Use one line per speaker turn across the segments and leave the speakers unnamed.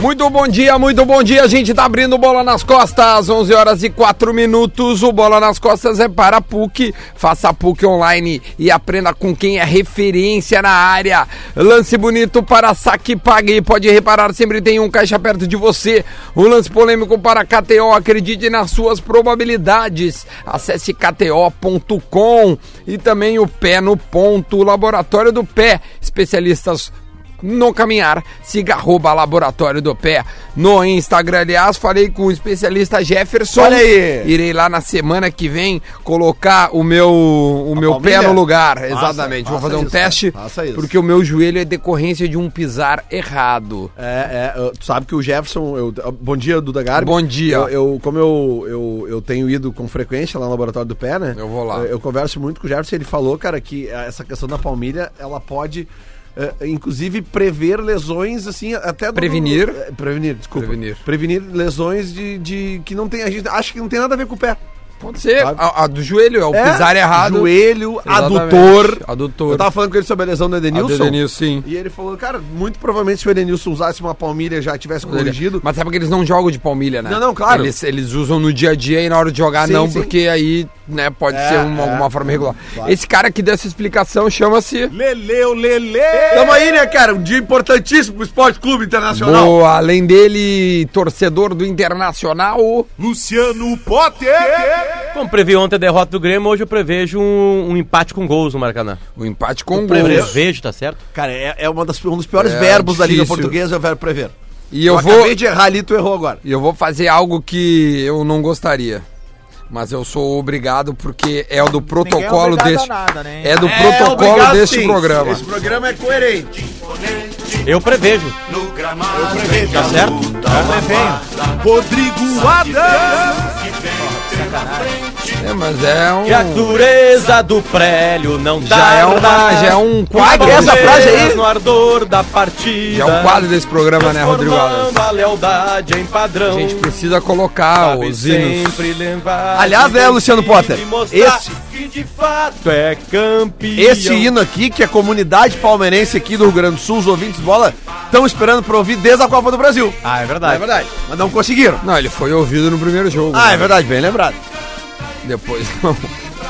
Muito bom dia, muito bom dia. A gente tá abrindo Bola nas Costas, 11 horas e 4 minutos. O Bola nas Costas é para a PUC. Faça a PUC online e aprenda com quem é referência na área. Lance bonito para saque pague. Pode reparar, sempre tem um caixa perto de você. Um lance polêmico para KTO. Acredite nas suas probabilidades. Acesse kto.com e também o Pé no Ponto, Laboratório do Pé. Especialistas no caminhar. Siga arroba Laboratório do Pé no Instagram. Aliás, falei com o especialista Jefferson.
Olha aí.
Irei lá na semana que vem colocar o meu, o
A
meu pé
palmilha?
no lugar.
Faça,
Exatamente. Vou
faça
fazer um
isso,
teste,
cara. Faça isso.
porque o meu joelho é decorrência de um pisar errado.
É, é, eu- tu sabe que o Jefferson. eu- bom dia, Duda Garbi.
Bom dia.
Eu, eu- como eu, eu, eu tenho ido com frequência lá no laboratório do pé, né?
Eu vou lá.
Eu, eu converso muito com o Jefferson. Ele falou, cara, que essa questão da palmilha, ela pode. eh, inclusive prever lesões assim até do-
Prevenir.
eh, prevenir desculpa
Prevenir.
prevenir lesões de, de que não tem a gente acha que não tem nada a ver com o pé
Pode ser.
Sabe?
A, a do joelho é o pisar errado.
joelho
Exatamente.
adutor
Adutor.
eu tava falando com ele sobre a lesão do
A do
Edenilson
Denilson, sim.
e ele falou cara muito provavelmente se o Edenilson usasse uma palmilha já tivesse corrigido
Mas sabe que eles não jogam de palmilha, né?
Não, não, claro.
Eles, eles usam no dia a dia e na hora de jogar
Sim,
não,
sim.
porque aí, né, pode
É,
ser uma,
é.
alguma forma irregular.
Claro.
Esse cara que deu essa explicação chama-se...
Leleu, Lele!
Tamo aí, né, cara? Um dia importantíssimo pro Esporte Clube Internacional.
Boa, além dele, torcedor do Internacional.
Luciano Potter!
Como previ ontem a derrota do Grêmio, hoje eu prevejo um, um empate com gols no Maracanã.
O empate com
Prevejo.
gols.
Prevejo, tá certo?
Cara, é, é uma das- um dos piores
É,
verbos da Liga
difícil.
Portuguesa, é o verbo prever.
E eu, vou,
acabei de errar ali, tu errou agora.
eu vou fazer algo que eu não gostaria. Mas eu sou obrigado porque é o do protocolo
obrigado a
deste.
nada, né?
É do protocolo
obrigado,
deste
sim.
programa.
Esse programa é coerente.
Eu prevejo. Tá certo?
Rodrigo Adams!
É, mas é um.
Que a dureza do prélio não
Já
tá
é uma-
tarda.
já é um quadro.
Com
Essa frase aí?
bandeiras No ardor da partida.
Já é o quadro desse programa, né, Rodrigo Alves?
transformando a lealdade em padrão.
A gente precisa colocar
Sabe
os hinos.
sempre levar
Aliás, né, Luciano Potter,
e mostrar
esse-
que de fato é campeão.
Esse hino aqui, que a comunidade palmeirense aqui do Rio Grande do Sul, os ouvintes bola, estão esperando pra ouvir desde a Copa do Brasil.
Ah, é
É
verdade.
verdade. Mas não conseguiram.
Não, ele foi ouvido no primeiro jogo.
Ah,
né?
é verdade, bem lembrado.
Depois.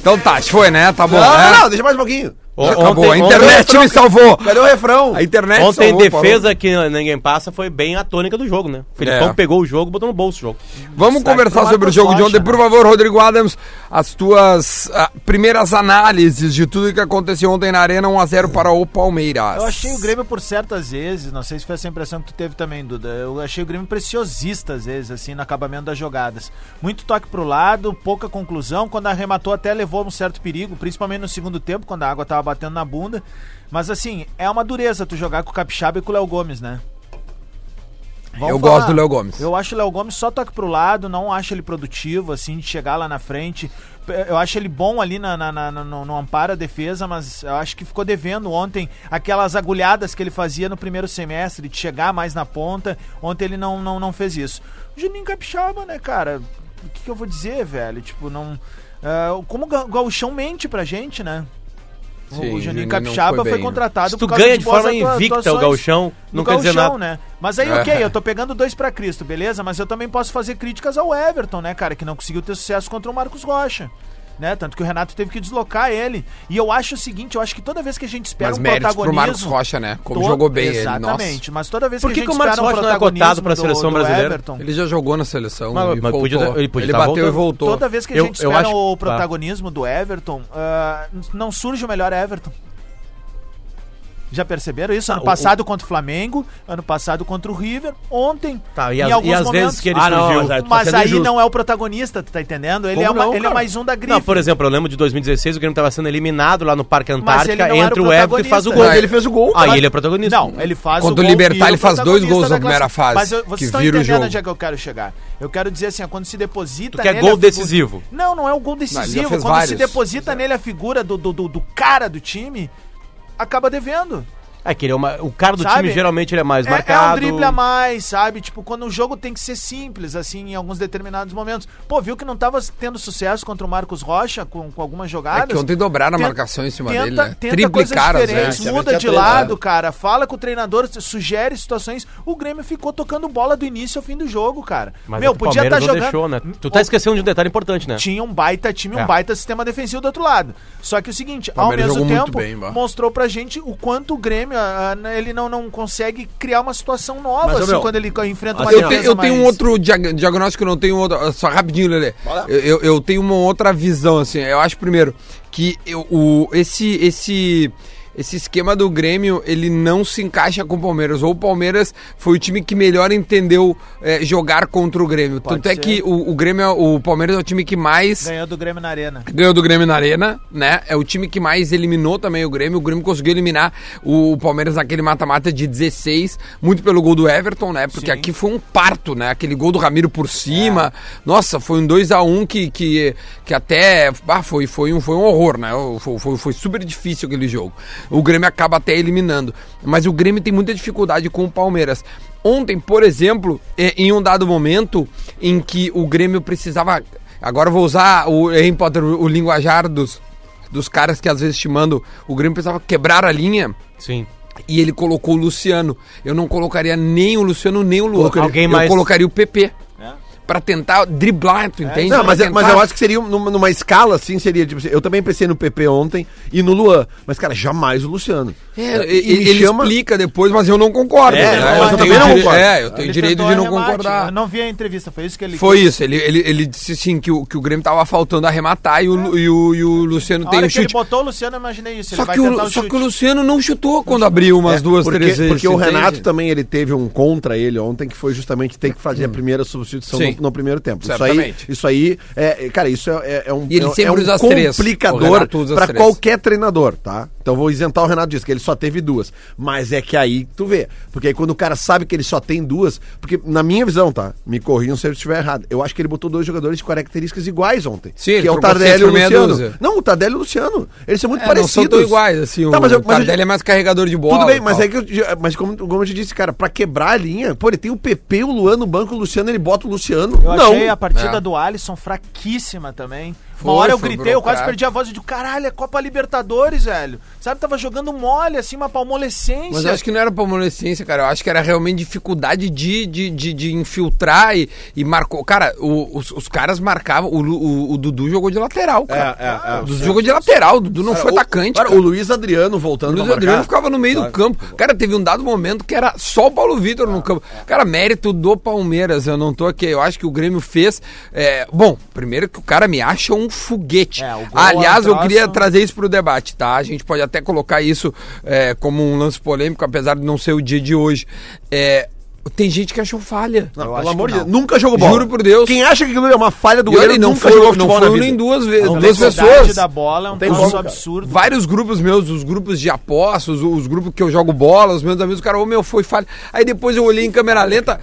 então tá, acho que foi, né? Tá bom,
não,
né?
não, não, deixa mais um pouquinho.
O-
Acabou. a
ontem-
internet
ontem-
me salvou.
Cadê o refrão?
A internet
Ontem,
salvou,
defesa que ninguém passa foi bem a tônica do jogo, né? O Filipão
É.
pegou o jogo, botou no bolso o jogo.
Paulo. Vamos conversar
pro
sobre o
Marcos
jogo de
Rocha,
ontem. Por favor, Rodrigo Adams, as tuas ah, primeiras análises de tudo que aconteceu ontem na Arena 1x0 para o Palmeiras.
Eu achei o Grêmio por certas vezes, não sei se foi essa impressão que tu teve também, Duda. Eu achei o Grêmio preciosista às vezes, assim, no acabamento das jogadas. Muito toque pro lado, pouca conclusão. Quando arrematou, até levou um certo perigo, principalmente no segundo tempo, quando a água tava batendo na bunda. Mas assim, é uma dureza tu jogar com o Capixaba e com o Léo Gomes, né? Vamos
Eu
falar.
gosto do Léo Gomes.
Eu acho o Léo Gomes só toque pro lado, não acho ele produtivo, assim, de chegar lá na frente. P- Eu acho ele bom ali na, na, na- no, no amparo à defesa, mas eu acho que ficou devendo ontem aquelas agulhadas que ele fazia no primeiro semestre, de chegar mais na ponta. Ontem ele não, não, não fez isso. O Juninho Capixaba, né, cara? O que, que eu vou dizer, velho? Tipo, não. ah, como o Ga- Gauchão mente pra gente, né? O-
Sim,
o Juninho
não foi
Capixaba foi,
bem, né?
contratado
Se tu
causa
ganha de
boas
forma
atua-
invicta o
atuações
Galchão,
no
não quer dizer
gauchão,
nada.
né? Mas aí,
É.
ok, eu tô pegando dois pra Cristo, beleza? Mas eu também posso fazer críticas ao Everton, né, cara? Que não conseguiu ter sucesso contra o Marcos Rocha. Né? Tanto que o Renato teve que deslocar ele. E eu acho o seguinte, eu acho que toda vez que a gente espera
Mas
um
méritos pro
protagonismo...
Marcos Rocha, né? Como
to-
jogou bem ele, nossa.
Exatamente, mas toda vez
Por que
a gente
que o Marcos
espera um
Rocha não é
protagonismo
cotado pra
do-
seleção
do
brasileira?
Everton,
Ele já jogou na seleção.
Mas-
e
mas podia-
voltou.
ele podia
Ele
tá
bateu e
voltando.
voltou.
Toda vez que a
Eu-
gente
eu
espera
acho-
o
tá.
protagonismo do Everton, ah, não surge o melhor Everton. Já perceberam isso? Ano
Ah, o-
passado contra o Flamengo, ano passado contra o River, ontem.
Tá, e
em
as-
alguns
e as
momentos.
vezes que ele
Ah, não,
surgiu.
mas aí, tu tá
Mas
sendo
aí
injusto.
não
não é o protagonista, tu tá entendendo? Ele, é, uma- ele é mais um da grife.
Não, por exemplo, eu lembro de 2016, o Grêmio tava sendo eliminado lá no Parque
ele não
Antártica,
era
entra
o
o Everton e faz o gol.
Mas
Aí
ele fez o gol.
ah, e ele é protagonista.
Não, ele faz
Contra o
gol
Libertar,
e é o
ele faz dois
protagonista
gols na
da
primeira
classificação.
fase,
Mas eu-
que
vocês estão
vira o
entendendo
jogo.
onde é que eu quero chegar. Eu quero dizer assim, ó, quando se deposita.
Tu quer
nele
gol
a figu-
decisivo.
Não, não é o gol
Não, ele já
decisivo.
fez
Quando
vários.
se deposita nele a figura do, do, do- do cara do time, acaba devendo.
É que ele é uma, o cara do
Sabe?
time geralmente ele é mais
É,
marcado.
é um drible a mais, sabe? Tipo, quando o jogo tem que ser simples, assim, em alguns determinados momentos. Pô, viu que não tava tendo sucesso contra o Marcos Rocha com, com algumas
É
jogadas?
que ontem dobraram a
Tenta-
marcação em cima
tenta,
dele, né?
tenta coisas
as
diferentes,
vezes.
né?
muda
Tinha
de
três,
lado, cara. Fala com o treinador, sugere situações. O Grêmio ficou tocando bola do início ao fim do jogo, cara.
Mas
Meu,
é que o
podia estar
Palmeiras não
jogando. Hum,
deixou, né? Tu tá esquecendo de um detalhe importante, né?
Tinha um baita time, um
É.
baita sistema defensivo do outro lado. Só que o seguinte, ao
Palmeiras
mesmo
jogou muito
tempo,
bem, bah.
mostrou pra gente o quanto o Grêmio, ah, ah, ele não, não consegue criar uma situação nova,
Mas, ô,
assim,
meu,
quando ele co- enfrenta uma
Eu,
defesa
tenho- eu tenho um
mais-
outro diag- diagnóstico, não tenho um outro. ah, Só rapidinho, Lelê. Eu, eu- eu tenho uma outra visão, assim. Eu acho, primeiro, que eu- o, esse, esse, esse esquema do Grêmio, ele não se encaixa com o Palmeiras. Ou o Palmeiras foi o time que melhor entendeu eh, jogar contra o Grêmio. Tanto é
ser.
que o, o Grêmio, é- o Palmeiras é o time que mais
Ganhou do Grêmio na arena.
ganhou do Grêmio na Arena, né? É o time que mais eliminou também o Grêmio. O Grêmio conseguiu eliminar o, o Palmeiras naquele mata-mata de 16, muito pelo gol do Everton, né? Porque aqui foi um parto, né? Aquele gol do Ramiro por cima. Nossa, foi um 2 a 1 que, que, que até. Ah, foi, foi, um, foi um horror, né? Foi, foi, foi super difícil aquele jogo. O Grêmio acaba até eliminando. Mas o Grêmio tem muita dificuldade com o Palmeiras. Ontem, por exemplo, eh, em um dado momento em que o Grêmio precisava Agora eu vou usar o hein, Potter, o linguajar dos, dos caras que às vezes te mandam. O Grêmio precisava quebrar a linha
Sim.
e ele colocou o Luciano. Eu não colocaria nem o Luciano, nem o Luan.
Colocaria- Alguém
eu
mais-
colocaria o PP.
É.
Pra tentar driblar, tu entende?
Não, mas,
Pra
é- mas
tentar-
eu acho que seria numa, numa escala assim, seria tipo assim, eu também pensei no PP ontem e no Luan, mas cara, jamais o Luciano.
É,
E- e me
ele, ele
chama-
explica depois, mas eu não concordo. né?
É,
mas eu
eu
também
tenho
não
dire-
concordo.
É, eu tenho
Ele
direito
tentou
de não
arremate.
concordar.
Eu não vi a entrevista, foi isso que ele...
Foi isso, ele, ele, ele disse assim que o, que o Grêmio tava faltando arrematar e o, Lu- e o, e o Luciano
Na
tem
hora
um
que ele
chute.
botou o Luciano, eu imaginei isso.
Só
ele
que, o,
tentar
só
um chute.
que o Luciano não chutou quando abriu umas duas,
um É, porque,
três vezes.
Porque o
entende?
Renato também ele teve um contra ele ontem, que foi justamente ter que fazer a primeira substituição
Sim.
no, no primeiro tempo. Isso aí,
Certamente.
isso aí é, é, cara, isso é, é- é um,
E ele
é,
sempre
é um
usa as três. O
complicador
Renato usa as
pra
três.
qualquer treinador, tá? Então vou isentar o Renato disso, que ele só teve duas. Mas é que aí tu vê. Porque aí quando o cara sabe que ele só tem duas, porque na minha visão, tá? Me corrijam se eu estiver errado. Eu acho que ele botou dois jogadores de características iguais ontem.
Sim,
que
ele
é o
trocou
Tardelli
seis
e o
por meia
Luciano.
dúzia.
Não, o Tardelli e o Luciano. Eles são muito
É,
parecidos.
não são tão iguais, assim.
Tá, mas, eu-
o
mas eu-
Tardelli é mais carregador de bola.
tudo bem,
e
mas
tal.
é que eu, já- mas como, como eu te disse, cara, pra quebrar a linha, pô, ele tem o PP, o Luan no banco, o Luciano, ele bota o Luciano.
Eu
não.
achei a partida
É.
do Alisson fraquíssima também.
Foi,
uma hora eu
foi um
gritei, eu quase
burocrático.
perdi a voz. Eu digo, caralho, é Copa Libertadores, velho. Sabe, tava jogando mole, assim, uma palmolescência.
Mas eu
é-
acho que não era palmolescência, cara. Eu acho que era realmente dificuldade de, de, de, de infiltrar e, e marcou. Cara, o- os, os caras marcavam. O, Lu- o- o Dudu jogou de lateral, cara.
É, é, é.
o Dudu jogou de lateral. O Dudu não foi
o-
atacante.
cara,
cara.
o Luiz Adriano voltando
O Luiz
pra marcar.
Adriano ficava no meio do
Sabe?
campo. Cara, teve um dado momento que era só o Paulo Vitor
Ah,
no campo.
é.
Cara, mérito do Palmeiras. Eu não tô aqui. Eu acho que o Grêmio fez. é, bom, primeiro que o cara me acha um foguete.
É, o gol
Aliás,
é um
eu queria
troço-
trazer isso pro debate, tá? A gente pode até colocar isso é, como um lance polêmico, apesar de não ser o dia de hoje. É, tem gente que achou falha.
Não,
acho
pelo amor
que
de Deus,
não.
nunca jogou bola.
Juro por Deus.
Quem acha que aquilo é uma falha do
E olha,
goleiro,
ele não
nunca
foi,
jogou
não
futebol na
foi
vida.
nem duas vezes,
A
duas
velocidade
pessoas.
da bola é um
Tem
troço
como, cara.
absurdo.
Vários grupos meus, os grupos de apostas, os, os grupos que eu jogo bola, os meus amigos, o cara, ô meu, foi falha. Aí depois eu olhei em câmera lenta.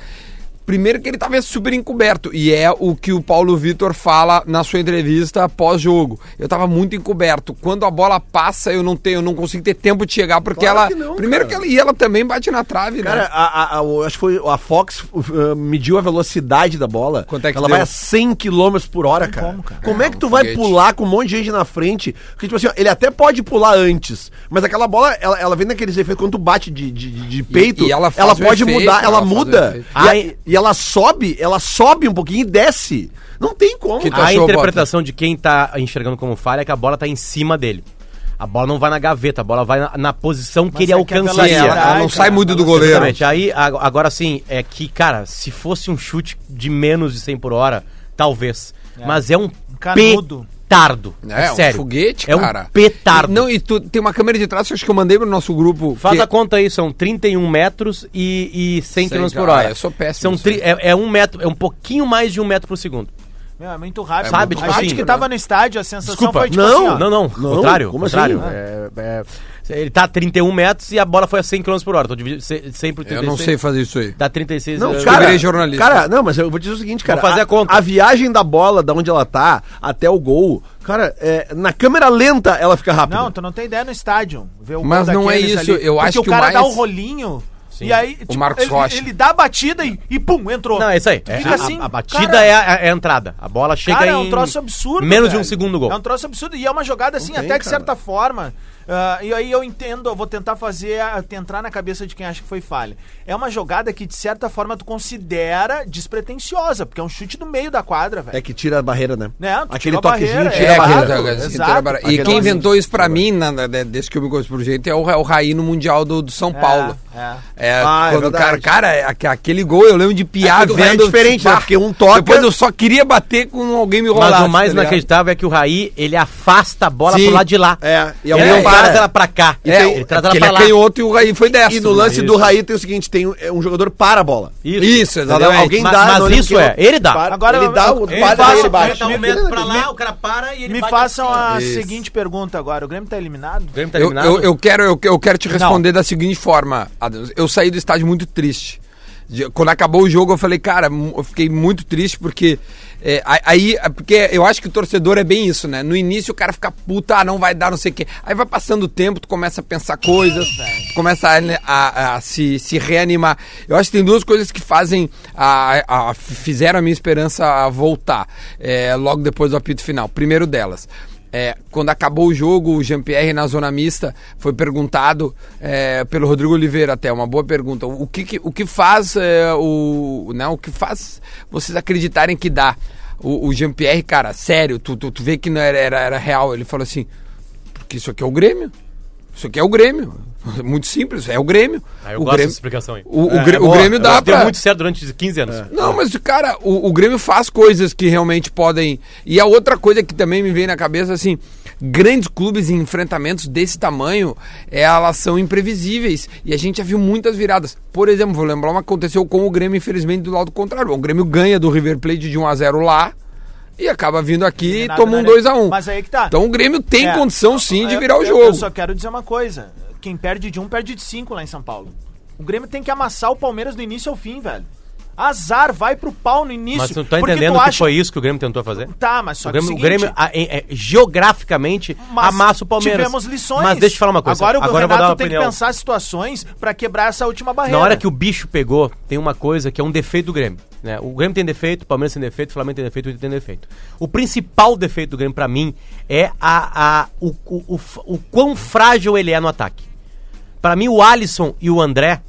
Primeiro que ele tava super encoberto, e é o que o Paulo Vitor fala na sua entrevista pós-jogo. Eu tava muito encoberto. Quando a bola passa, eu não tenho, eu não consigo ter tempo de chegar, porque
Claro
ela.
que não,
primeiro
cara.
que ela. E ela também bate na trave,
Cara,
né?
a, a- a- o- acho que foi a Fox uh, mediu a velocidade da bola.
Quanto é que
Ela
deu?
vai a 100 km por hora, cara. Como, é que tu vai
foguete.
pular com um monte de gente na frente? Porque, tipo assim, ó, ele até pode pular antes, mas aquela bola, ela, ela vem naqueles efeitos, quando tu bate de, de- de- de peito,
e ela faz o
pode
efeito,
mudar, ela,
ela faz o
muda.
efeito.
E, a- e ela sobe, ela sobe um pouquinho e desce. Não tem como. Ah,
Que tu
cara.
a
achou,
interpretação de quem tá enxergando como falha é que a bola tá em cima dele. A bola não vai na gaveta, a bola vai na, na posição que ele
é que a
Sim,
alcançaria.
ela, ela não
cara,
sai muito do goleiro.
Exatamente. Aí, ag- agora sim, é que, cara, se fosse um chute de menos de 100 por hora, talvez. Mas é um
canudo.
petardo.
É, um foguete,
é
cara.
um petardo.
E- Não, e tu tem uma câmera de trás que eu acho que eu mandei pro nosso grupo.
Faz
que-
a conta aí, são 31 metros e, e 100
Sei,
km por
cara,
hora.
ah, eu sou péssimo
São
nisso
tri-
aí.
é, é um metro, é um pouquinho mais de um metro por segundo.
Meu, é muito rápido.
Sabe,
a
tipo
gente
assim,
que
né?
tava no estádio, a sensação
Desculpa,
foi tipo
não,
assim, ó.
não, não,
Não?
contrário,
Como
contrário.
assim?
É, é, ele tá a 31 metros e a bola foi a 100 km por hora. Tô dividindo se- 100 por
Eu não sei fazer isso aí.
Dá 36.
Não,
eh,
virei
cara,
jornalista.
Cara, não, mas eu vou dizer o seguinte, cara.
Vou fazer a conta.
viagem da bola, da onde ela tá, até o gol, cara, é, na câmera lenta ela fica rápida.
Não, tu não tem ideia no estádio. Ver o
Mas
gol
não é
daqueles
isso, eu
Porque
acho
o
que o
cara dá o
mais-
rolinho e aí tipo,
Marcos
ele,
Rocha.
ele dá a batida e, e pum, entrou.
Não, é isso aí. É,
Fica
a,
assim,
a- a batida
cara,
é, a, é a entrada. A bola chega
Cara,
em
é um troço absurdo.
Menos de
velho.
um segundo gol.
É um troço absurdo. E é uma jogada assim,
Não tem,
até que
cara.
certa forma. ah, e aí eu entendo, eu vou tentar fazer, a- entrar na cabeça de quem acha que foi falha. É uma jogada que, de certa forma, tu considera despretensiosa, porque é um chute do meio da quadra, velho.
É que tira a barreira, né?
Né? Tu
Aquele
tirou a
toquezinho
barreira,
tira
é,
a barreira.
claro,
aquele- aquele-
exato.
aquele- E
Aquele
quem
toquezinho.
inventou isso pra mim, na, na- de- desde que eu me conheço por jeito, é o, é o Raí no Mundial do, do São Paulo.
é.
É,
Ah, é
quando o cara,
verdade.
cara, é aque- aquele gol eu lembro de piar
É que o Raí é
vendo.
diferente, né?
bah,
Porque um toca-
Depois eu só queria bater com alguém me tá rolar.
tá
Mas o mais inacreditável é que o Raí, ele afasta a bola
Sim.
pro lado de lá.
É, e
e ele
alguém
não
para.
traz ela pra cá.
É, é,
ele traz ela
porque
pra
ele
lá.
é canhoto e o Raí foi dessa. né?
E no lance do Raí tem o seguinte: tem um, é um jogador para a bola.
Isso, exatamente.
Entendeu? Alguém
Mas-
dá,
mas
não lembro
isso
quem
é, ele dá.
Para,
Agora
tá. ele
eu-
dá
eu-
o
ele
para
faz,
ele
ele
bate.
tá
dá um
Aquele-
o cara para e
Me um- façam a
Isso.
seguinte pergunta agora: o Grêmio tá eliminado?
O Grêmio tá
Eu,
eliminado.
eu, eu quero, eu, eu quero te responder da seguinte forma, Adams. Eu saí do estádio muito triste. De- Quando acabou o jogo, eu falei, cara, mu- eu fiquei muito triste porque. é, a- aí, é porque eu acho que o torcedor é bem isso, né? No início o cara fica puta, ah, não vai dar, não sei o quê. Aí vai passando o tempo, tu começa a pensar coisas, tu começa a, né, a- a se, se reanimar. Eu acho que tem duas coisas que fazem. A, a- fizeram a minha esperança a voltar é, logo depois do apito final. Primeiro delas. É, quando acabou o jogo, o Jean-Pierre na zona mista foi perguntado é, pelo Rodrigo Oliveira até, uma boa pergunta. O que, que- o que faz é, o, né, o que faz vocês acreditarem que dá? O, o Jean-Pierre, cara, sério, tu, tu, tu vê que não era, era, era real. Ele falou assim, porque isso aqui é o Grêmio. Isso aqui é o Grêmio. Muito simples, é o Grêmio.
Ah, eu
o
gosto
Grêmio,
dessa explicação aí.
O, o
É,
Grê-
é
o
boa.
Grêmio
Ela
dá pra...
Deu muito certo durante 15
É.
anos.
Não, mas, cara, o, o Grêmio faz coisas que realmente podem. E a outra coisa que também me vem na cabeça, assim, grandes clubes em enfrentamentos desse tamanho, é, elas são imprevisíveis. E a gente já viu muitas viradas. Por exemplo, vou lembrar uma que aconteceu com o Grêmio, infelizmente, do lado contrário. O Grêmio ganha do River Plate de 1x0 lá. E acaba vindo aqui e
Eliminado
toma um
na
2x1.
é. né? Mas aí que tá.
Então o Grêmio tem
É.
condição sim de
Eu-
virar o
eu- assim,
jogo.
Eu só quero dizer uma coisa: quem perde de um, perde de cinco lá em São Paulo. O Grêmio tem que amassar o Palmeiras do início ao fim, velho. Azar, vai pro pau no início.
Mas tu não tá
porque
entendendo
tu
que
acha-
foi isso que o Grêmio tentou fazer?
Tá, mas só
O Grêmio,
que
o Grêmio a- em- é, geograficamente
mas
amassa o Palmeiras.
Tivemos lições.
Mas deixa eu te falar uma coisa.
Agora o
eu vou
Renato
dar uma
tem
opinião.
que pensar situações pra quebrar essa última barreira.
Na hora que o bicho pegou, tem uma coisa que é um defeito do Grêmio. Né? O Grêmio tem defeito, o Palmeiras tem defeito, o Flamengo tem defeito, o Inter tem defeito. O principal defeito do Grêmio, pra mim, é a, a, o, o, o, f- o quão frágil ele é no ataque. Pra mim, o Alisson e o André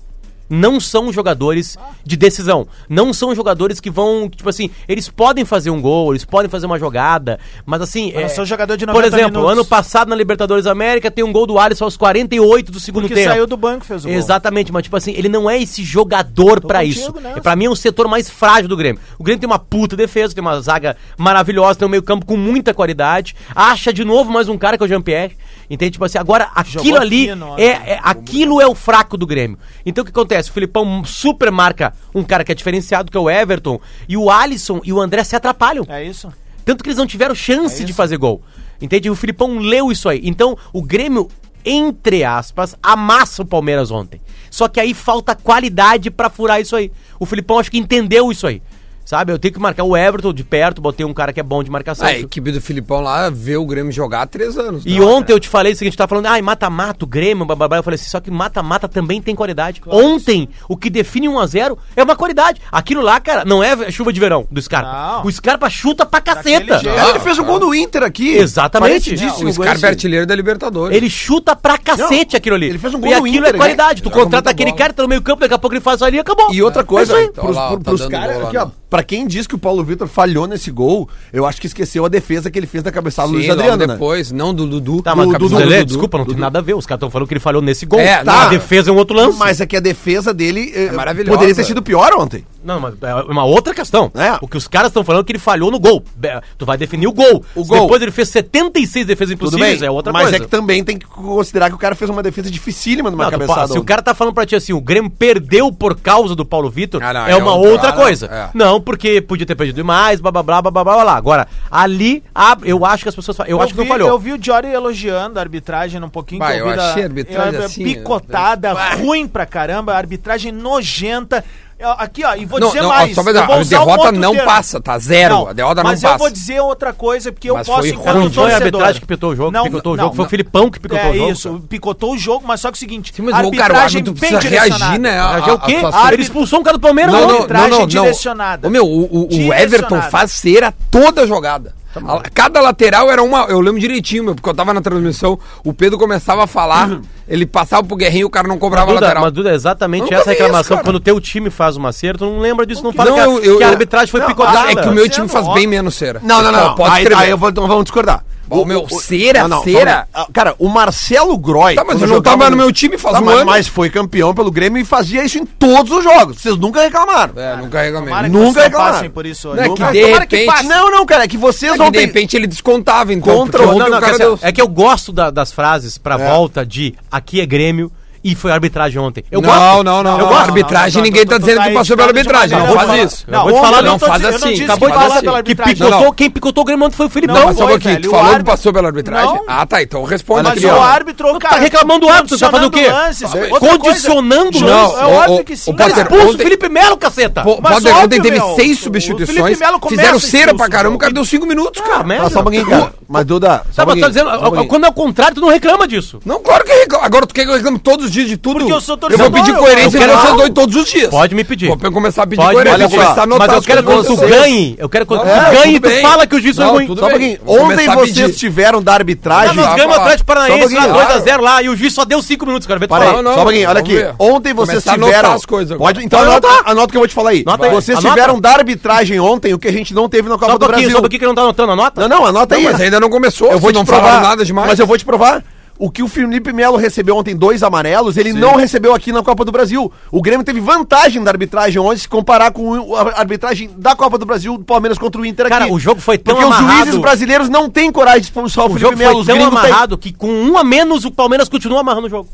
não são jogadores de decisão. Não são jogadores que vão, tipo assim, eles podem fazer um gol, eles podem fazer uma jogada, mas assim.
Mas não são jogador de
Por
90
exemplo,
minutos.
ano passado na Libertadores América tem um gol do Alisson aos 48 do segundo
Porque
tempo.
saiu do banco fez o gol.
Exatamente, mas tipo assim, ele não é esse jogador pra
contigo
isso.
nessa.
É, pra mim é o setor mais frágil do Grêmio. O Grêmio tem uma puta defesa, tem uma zaga maravilhosa, tem um meio-campo com muita qualidade. Acha de novo mais um cara que é o Jean-Pierre. Entende? Tipo assim, agora aquilo
Jogou né?
ali
fino, ó.
é, é- aquilo é o fraco do Grêmio. Então o que acontece? O Filipão super marca um cara que é diferenciado, que é o Everton, e o Alisson e o André se atrapalham.
É isso?
Tanto que eles não tiveram
É
chance de fazer gol. Entende? O Filipão leu isso aí. Então, o Grêmio, entre aspas, amassa o Palmeiras ontem. Só que aí falta qualidade pra furar isso aí. O Filipão acho que entendeu isso aí. Sabe? Eu tenho que marcar o Everton de perto, botei um cara que é bom de marcação.
Ah, A equipe do Filipão lá vê o Grêmio jogar há três anos.
E
né?
ontem eu te falei o seguinte, tava tá falando, ai, mata-mata, o Grêmio, blá, blá, blá. Eu falei assim, só que mata-mata também tem qualidade. ontem, o que define 1x0 é uma qualidade. Aquilo lá, cara, não é chuva de verão do Scarpa.
Não.
O Scarpa chuta pra caceta.
jeito.
Cara, É, ele fez o gol do Inter aqui.
Exatamente.
Parecidíssimo,
Ah, o
gol
Scarpa é
esse.
artilheiro da Libertadores.
Ele chuta pra cacete
Não,
aquilo ali.
ele fez um gol
e
no
aquilo
Inter,
é qualidade.
né?
Tu
Joga
contrata
muita
aquele
bola.
cara, tá no meio campo, daqui a pouco ele faz ali e acabou.
E outra coisa,
É isso aí.
pros,
Tá lá,
pros-
tá
pros
dando
caras
bola,
aqui, ó,
né?
pra quem diz que o Paulo Vitor falhou nesse gol, eu acho que esqueceu a defesa que ele fez da cabeçada do
Sim,
Luiz
logo
Adriano, né?
depois, não do Dudu.
Tá, mas
do,
Dudu,
Dudu,
Lelê,
Dudu.
desculpa, não tem nada a ver. Os caras estão falando que ele falhou nesse gol.
É,
tá.
tá.
A defesa é um outro lance.
Mas é que a defesa dele eh,
maravilhosa.
poderia ter sido pior ontem.
Não, mas é uma outra questão.
É.
O que os caras estão falando é que ele falhou no gol. Be- Tu vai definir o gol.
O
Se
gol.
Depois ele fez 76 defesas
Tudo
impossíveis,
bem,
é outra
mas
coisa.
é que também tem que considerar que o cara fez uma defesa dificílima numa
Não, tu
cabeçada. um.
pa- se o
ontem.
cara tá falando pra ti assim, o Grêmio perdeu por causa do Paulo Vitor,
Ah, não,
é
é
uma
outra-
outra
ah, não,
coisa.
é.
Não, porque podia ter perdido mais, blá blá blá blá blá blá. blá. Agora, ali, a- eu acho que as pessoas. fa- Eu, acho que
vi,
não falhou.
Eu vi o Jory elogiando a arbitragem um pouquinho.
Bah, eu
vi da-
achei a arbitragem
eu-
assim,
Picotada, ruim pra caramba, a arbitragem nojenta. Eu- Aqui, ó, e vou
Não,
dizer
não, ó,
mais.
só pra dizer,
eu vou
a
usar
derrota
um outro
não passa, tá? Zero, a derrota não
mas
passa.
eu vou dizer outra coisa, porque
Mas
eu posso
foi
encarar
ruim.
o
Não foi a
torcedor.
arbitragem que picotou o jogo,
Não,
que picotou o
não,
jogo, foi o
não.
Filipão que picotou
é
o jogo.
isso,
cara.
picotou o jogo, mas só que é o seguinte,
Sim, mas o cara, o árbitro precisa reagir, né? a-
Mas é o
a-
quê?
a-
Ah, ele expulsou um cara do Palmeiras
Não,
ontem.
não, não,
arbitragem
não,
direcionada.
Ô, meu, o, o- o
Direcionada.
Everton faz cera toda a jogada. A- Cada lateral era uma. Eu lembro direitinho, meu, porque eu tava na transmissão, o Pedro começava a falar, ele passava pro Guerrinho, o cara não cobrava
Duda,
lateral.
mas Duda, é exatamente
Nunca
essa
vi isso,
reclamação.
cara.
Quando o teu time faz um acerto, não lembra disso, não fala
Não,
que, a,
eu- eu-
que a arbitragem foi
Não,
picotada.
É que o meu time
Sendo
faz
óbvio.
bem menos cera.
Não, não, não. não.
Pode
aí,
escrever.
aí eu vou, então vamos discordar.
Bom, meu, cera, cera.
vamos- ah, Cara, o Marcelo Groy.
Tá, mas
quando
eu não
jogava Tá,
tava no meu time faz um
mas,
ano.
Mas foi campeão pelo Grêmio e fazia isso em todos os jogos. Vocês nunca reclamaram.
É, não carrega
Tomara
mesmo.
Nunca
que vocês não
reclamaram.
passem por isso hoje.
Não, é
Nunca-
que de
Tomara que
repente-
passe. Não, não, cara, é que vocês
É que de
ontem-
repente ele descontava, então.
Contra
porque
o-
ontem
não, não,
o cara
que assim,
deu-
É que eu gosto da- das frases pra
É.
volta de aqui é Grêmio e foi arbitragem ontem. Eu
não,
gosto.
não, não,
Eu
não.
gosto.
Arbitragem,
Não, não,
ninguém
tu-
tá
tu- tu
dizendo
tá
que passou pela
explicando de
arbitragem. Não
maneira-
faz
Não,
isso.
não,
Acabou de
ontem
falar,
eu
não
não tô
faz
dizendo- eu não
assim.
disse
Acabou
Acabou
de
de
Mas
falar
falar
assim,
assim.
pela
que
arbitragem.
picotou,
Não.
quem picotou o Grêmio ontem foi o Filipão.
Não,
Não
mas só um
foi,
pouquinho,
velho,
tu
o
falou que
árbitro-
passou pela arbitragem.
Não.
Ah, tá, então responde
Mas
aqui,
o
ó.
árbitro, cara.
tá reclamando do árbitro, tá fazendo o quê?
condicionando lances. Outra
Condicionando
coisa,
lances.
É óbvio
Ô,
que
ô,
sim.
ô,
Cara,
Potter,
expulsa o
ontem-
Felipe Melo, caceta!
Po-
Mas
Potter, ontem
óbvio,
teve
meu,
seis
o- o Felipe
substituições,
Melo começa
fizeram cera
expulso,
pra caramba,
meu.
o cara deu cinco minutos, cara.
merda.
Tá, só um pouquinho, cara.
Uh,
Mas, Duda, só
Tá,
um
mas tô
pouquinho,
dizendo,
só um pouquinho.
quando é o contrário, tu não reclama disso.
Não, claro que eu reclamo. Agora tu quer que eu reclame todos os dias de tudo?
Porque eu sou
Eu
torcedor,
vou pedir
eu-
coerência
eu
de
quero-
vocês dois todos os dias.
Pode um me pedir.
Vou pe- começar a pedir
Pode,
coerência,
olha
vou começar a
só,
anotar
mas eu
as
quero quando
coisas
tu
que vocês-
ganhe, eu quero quando
Não,
tu
tudo
ganhe, tu
bem.
fala que o juiz foi
Não,
ruim.
tudo
Só um
bem.
pouquinho.
Vou
Ontem
começar a pedir.
vocês tiveram da
Ah,
arbitragem.
nós ganhamos
falar.
atrás de
Só um
Paranaense,
pouquinho, claro.
2x0 lá, e o juiz só deu 5 minutos, cara. Vê tu
Para
falar.
Não,
aí,
não,
só um pouquinho, olha
vamos
aqui.
ver.
Ontem vocês
Começar a
tiveram.
anotar as coisas agora.
Pode, então
Vai.
anota, anota o que eu vou te falar aí.
Anota aí,
Vocês
anota.
tiveram da arbitragem ontem o que a gente não teve na Copa
Só um
do
pouquinho,
Brasil.
só um pouquinho que não tá anotando a nota.
Não, não, anota aí.
Mas ainda não começou,
eu vou
vocês
te
não
provar
falaram nada demais.
Mas eu vou te provar. O que o Felipe Melo recebeu ontem, dois amarelos, ele não recebeu aqui na Copa do Brasil. O Grêmio teve vantagem da arbitragem ontem, se comparar com a arbitragem da Copa do Brasil, do Palmeiras contra o Inter
Cara, o jogo foi tão
Porque os
amarrado.
juízes brasileiros não têm coragem de expulsar o,
O
Felipe
jogo
Melo.
foi
Os
tão
gringos têm.
amarrado que com um a menos o Palmeiras continua amarrando o jogo.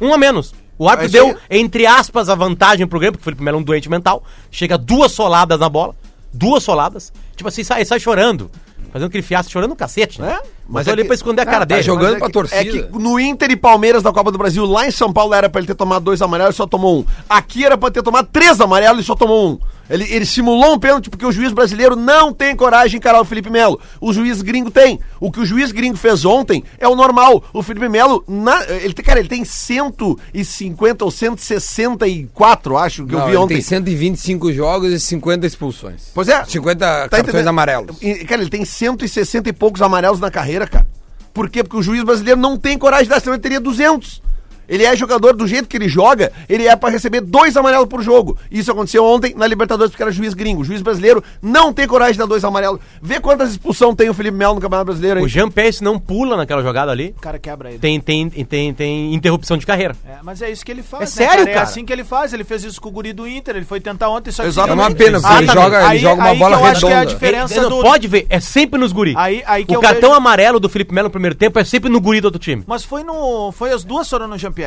Um a menos. O árbitro
É isso
deu, entre aspas, a vantagem pro Grêmio, porque o Felipe Melo é um doente mental. Chega duas soladas na bola. Duas soladas. Tipo assim, sai, sai chorando. Fazendo aquele fiasco, chorando no cacete. Né?
É, mas
Botou
é
ali
que-
pra esconder a
Ah,
cara
tá
dele.
jogando
Mas é
pra
que-
torcida.
É que no Inter e Palmeiras da Copa do Brasil, lá em São Paulo, era pra ele ter tomado dois amarelos e só tomou um. Aqui era pra ter tomado três amarelos e só tomou um. Ele, ele simulou um pênalti porque o juiz brasileiro não tem coragem de encarar o Felipe Melo. O juiz gringo tem. O que o juiz gringo fez ontem é o normal. O Felipe Melo, na- ele, tem- cara, ele tem 150 ou 164, acho, que
Não,
eu vi
ele
ontem.
tem 125 jogos e 50 expulsões.
Pois é.
50
Tá
cartões
entendendo?
amarelos.
E, Cara, ele tem 160 e poucos amarelos na carreira, cara. Por quê? Porque o juiz brasileiro não tem coragem de dar, senão ele teria 200. Ele é jogador do jeito que ele joga, ele é pra receber dois amarelos por jogo. Isso aconteceu ontem na Libertadores, porque era juiz gringo. O juiz brasileiro não tem coragem de dar dois amarelos. Vê quantas expulsão tem o Felipe Melo no Campeonato Brasileiro
O
aí.
Jean Pérez não pula naquela jogada ali.
O cara quebra ele.
Tem, tem, tem, tem interrupção de carreira.
É, mas é isso que ele faz.
É sério,
É
cara?
assim que ele faz. Ele fez isso com o guri do Inter. Ele foi tentar ontem, só que.
Exato.
É uma
Exatamente.
pena, porque ele
Ah, tá.
joga, ele
Aí-
joga uma
aí
bola
que eu acho que é a
redonda.
diferença. Diferença
Ele- não,
do-
Pode ver, é sempre nos guri.
Aí- aí que
é
o
eu
cartão
vejo-
amarelo do Felipe Melo no primeiro tempo é sempre no guri do outro time.
Mas foi no. Foi as duas foram no Jean-Pierre.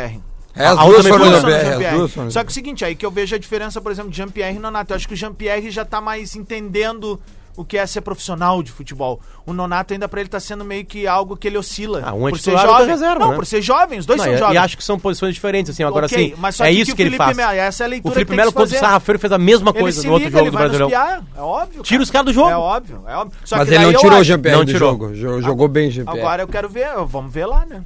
É, as
A outra
duas
também
foram no BR,
foi
Duas foram no
as duas
Jean-Pierre.
foram no
Só que é o seguinte, aí que eu vejo a diferença, por exemplo, de Jean-Pierre e Nonato. Eu acho que o Jean-Pierre já tá mais entendendo o que é ser profissional de futebol. O Nonato ainda pra ele tá sendo meio que algo que ele oscila.
Ah, um é
por ser
titular, outro é
jovem.
reserva,
não,
né?
por ser jovem, os dois
Não,
são
e-
jovens.
E acho que são posições diferentes, assim. Agora
Ok,
sim,
mas só
é
que
isso
o
que ele
Felipe
faz.
Melo- essa é a
o
leitura que
Felipe
tem
Melo
que se
contra o
fazer.
Sarrafeiro fez a mesma coisa
se
no outro
liga,
jogo do
vai nos
Brasileirão.
piar, É óbvio.
Tira os caras do jogo.
É óbvio, é óbvio. Só
Mas
que
ele
daí
não
eu
tirou o
acho-
Jean-Pierre
Não
do
tirou.
jogo. jo- Jogou bem o Jean-Pierre.
Agora é eu quero ver, vamos ver lá, né?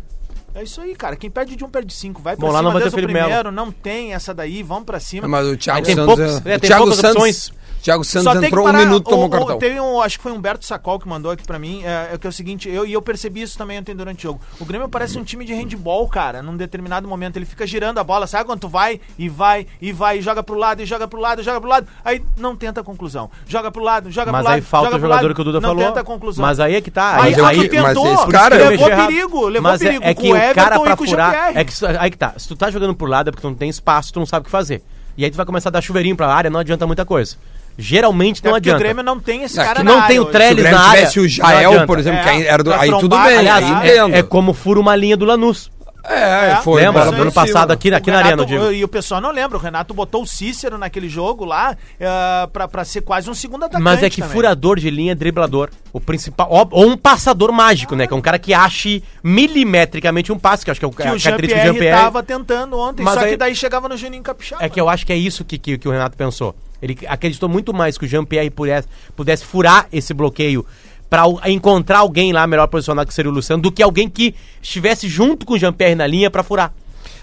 É isso aí, cara. Quem perde de um perde de cinco. Vai
Bom,
pra
lá não
cima
vai ter
desde o
Felipe Melo.
primeiro. Não tem essa daí, vamos pra cima.
Mas o
Aí
Thiago
tem
Santos.
poucos-
é-
é,
o
tem
Thiago
poucas
Santos,
opções.
Thiago
Só
Santos
tem que
entrou
parar.
um minuto,
O-
tomou
o-
cartão.
Teve um, acho que foi Humberto Sacol que mandou aqui pra mim, é, é que é o seguinte, eu, e eu percebi isso também ontem durante o jogo. O Grêmio parece um time de handball, cara, num determinado momento. Ele fica girando a bola, sabe quando tu vai e vai e vai, e joga pro lado, e joga pro lado, e joga pro lado, aí não tenta a conclusão. Joga pro lado, joga
Mas
pro lado,
aí falta
joga
o
pro
jogador
lado,
que o Duda
não
falou.
tenta a conclusão.
Mas aí é que tá.
Aí,
Mas
aí,
aí-
tentou,
mas esse
por isso
cara-
que levou
Mexer errado.
perigo, levou
Mas é-
perigo
É,
com
que o cara pra
com o
furar.
Jean-Pierre.
É que, isso- aí que tá. Se tu tá jogando pro lado é porque tu não tem espaço, tu não sabe o que fazer. E aí tu vai começar a dar chuveirinho pra área, não adianta muita coisa. Geralmente não
Até É porque
adianta.
o Grêmio não tem esse
É,
cara
que
na
não
área
tem o
hoje.
Se o
Trellis
Grêmio
na área,
tivesse o
não
Jael,
adianta.
por exemplo,
É,
que aí era do,
pra
aí tudo
trombar,
bem,
aliás,
aí
é-
entendo.
É, é como fura uma linha do Lanús.
É,
é.
foi
Lembra?
bola
Do
pra
ano
cima.
passado aqui, aqui
O
na arena, eu
Renato-
digo.
E o pessoal não lembra, o Renato botou o Cícero naquele jogo lá eh, pra, pra ser quase um segundo
Tá
atacante.
Mas é que
também.
furador de linha é driblador. O principal. ó, Ou um passador mágico, né? Que é um cara que ache milimetricamente um passe, que eu acho que é o
Que o
característica do
Jean-Pierre tava tentando ontem,
Mas
só
aí-
que daí chegava no Juninho Capixaba.
É que eu acho que é isso que, que, que o Renato pensou. Ele acreditou muito mais que o Jean-Pierre pudesse, pudesse furar esse bloqueio para encontrar alguém lá melhor posicionado que seria o Luciano, do que alguém que estivesse junto com o Jean-Pierre na linha para furar.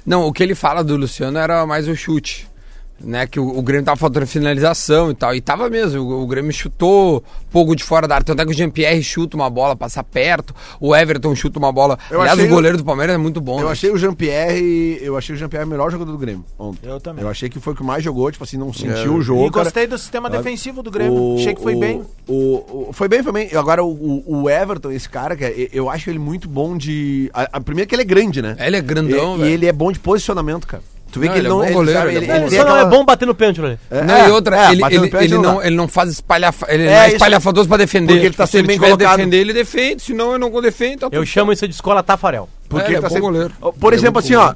Não, o que ele fala do Luciano era mais o chute. Né, que o, o Grêmio tava faltando finalização e tal. E tava mesmo. O, o Grêmio chutou pouco de fora da área. Tanto é que o Jean-Pierre chuta uma bola, passa perto. O Everton chuta uma bola.
Eu
Aliás,
achei
o
o-
goleiro do Palmeiras é muito bom.
Eu
né?
achei o Jean-Pierre. Eu achei o Jean-Pierre o melhor jogador do Grêmio ontem.
Eu também.
Eu achei que foi o que mais jogou, tipo assim, não sentiu
É.
o jogo.
E
cara.
né?
gostei do sistema
Sabe?
defensivo do Grêmio. Achei que foi
o-
bem.
o- o- foi bem, foi bem. Agora, o- o, o Everton, esse cara, cara, e- eu acho ele muito bom de. A, a, primeiro que ele é grande, né?
Ele é grandão,
E- E,
velho.
ele é bom de posicionamento, cara. Tu vê
Não,
que ele,
ele é
não
bom goleiro,
sabe,
ele é bom
Ele
tem
só não é
aquela-
bom bater no pênalti, né?
É,
não, e outra,
é,
ele,
batendo
ele,
pênalti
ele não,
dá.
ele não faz espalhafa, ele
É,
não é
isso.
espalhafadoso pra defender.
Porque ele tá
se ele
sempre bem
tiver
colocado.
defender, ele defende, senão eu não vou defender. Tá
Eu
tudo
chamo isso de escola Tafarel.
É, ele
Porque tá
é bom
sempre-
goleiro.
Por
Ele é
exemplo,
bom
assim, ó, uh,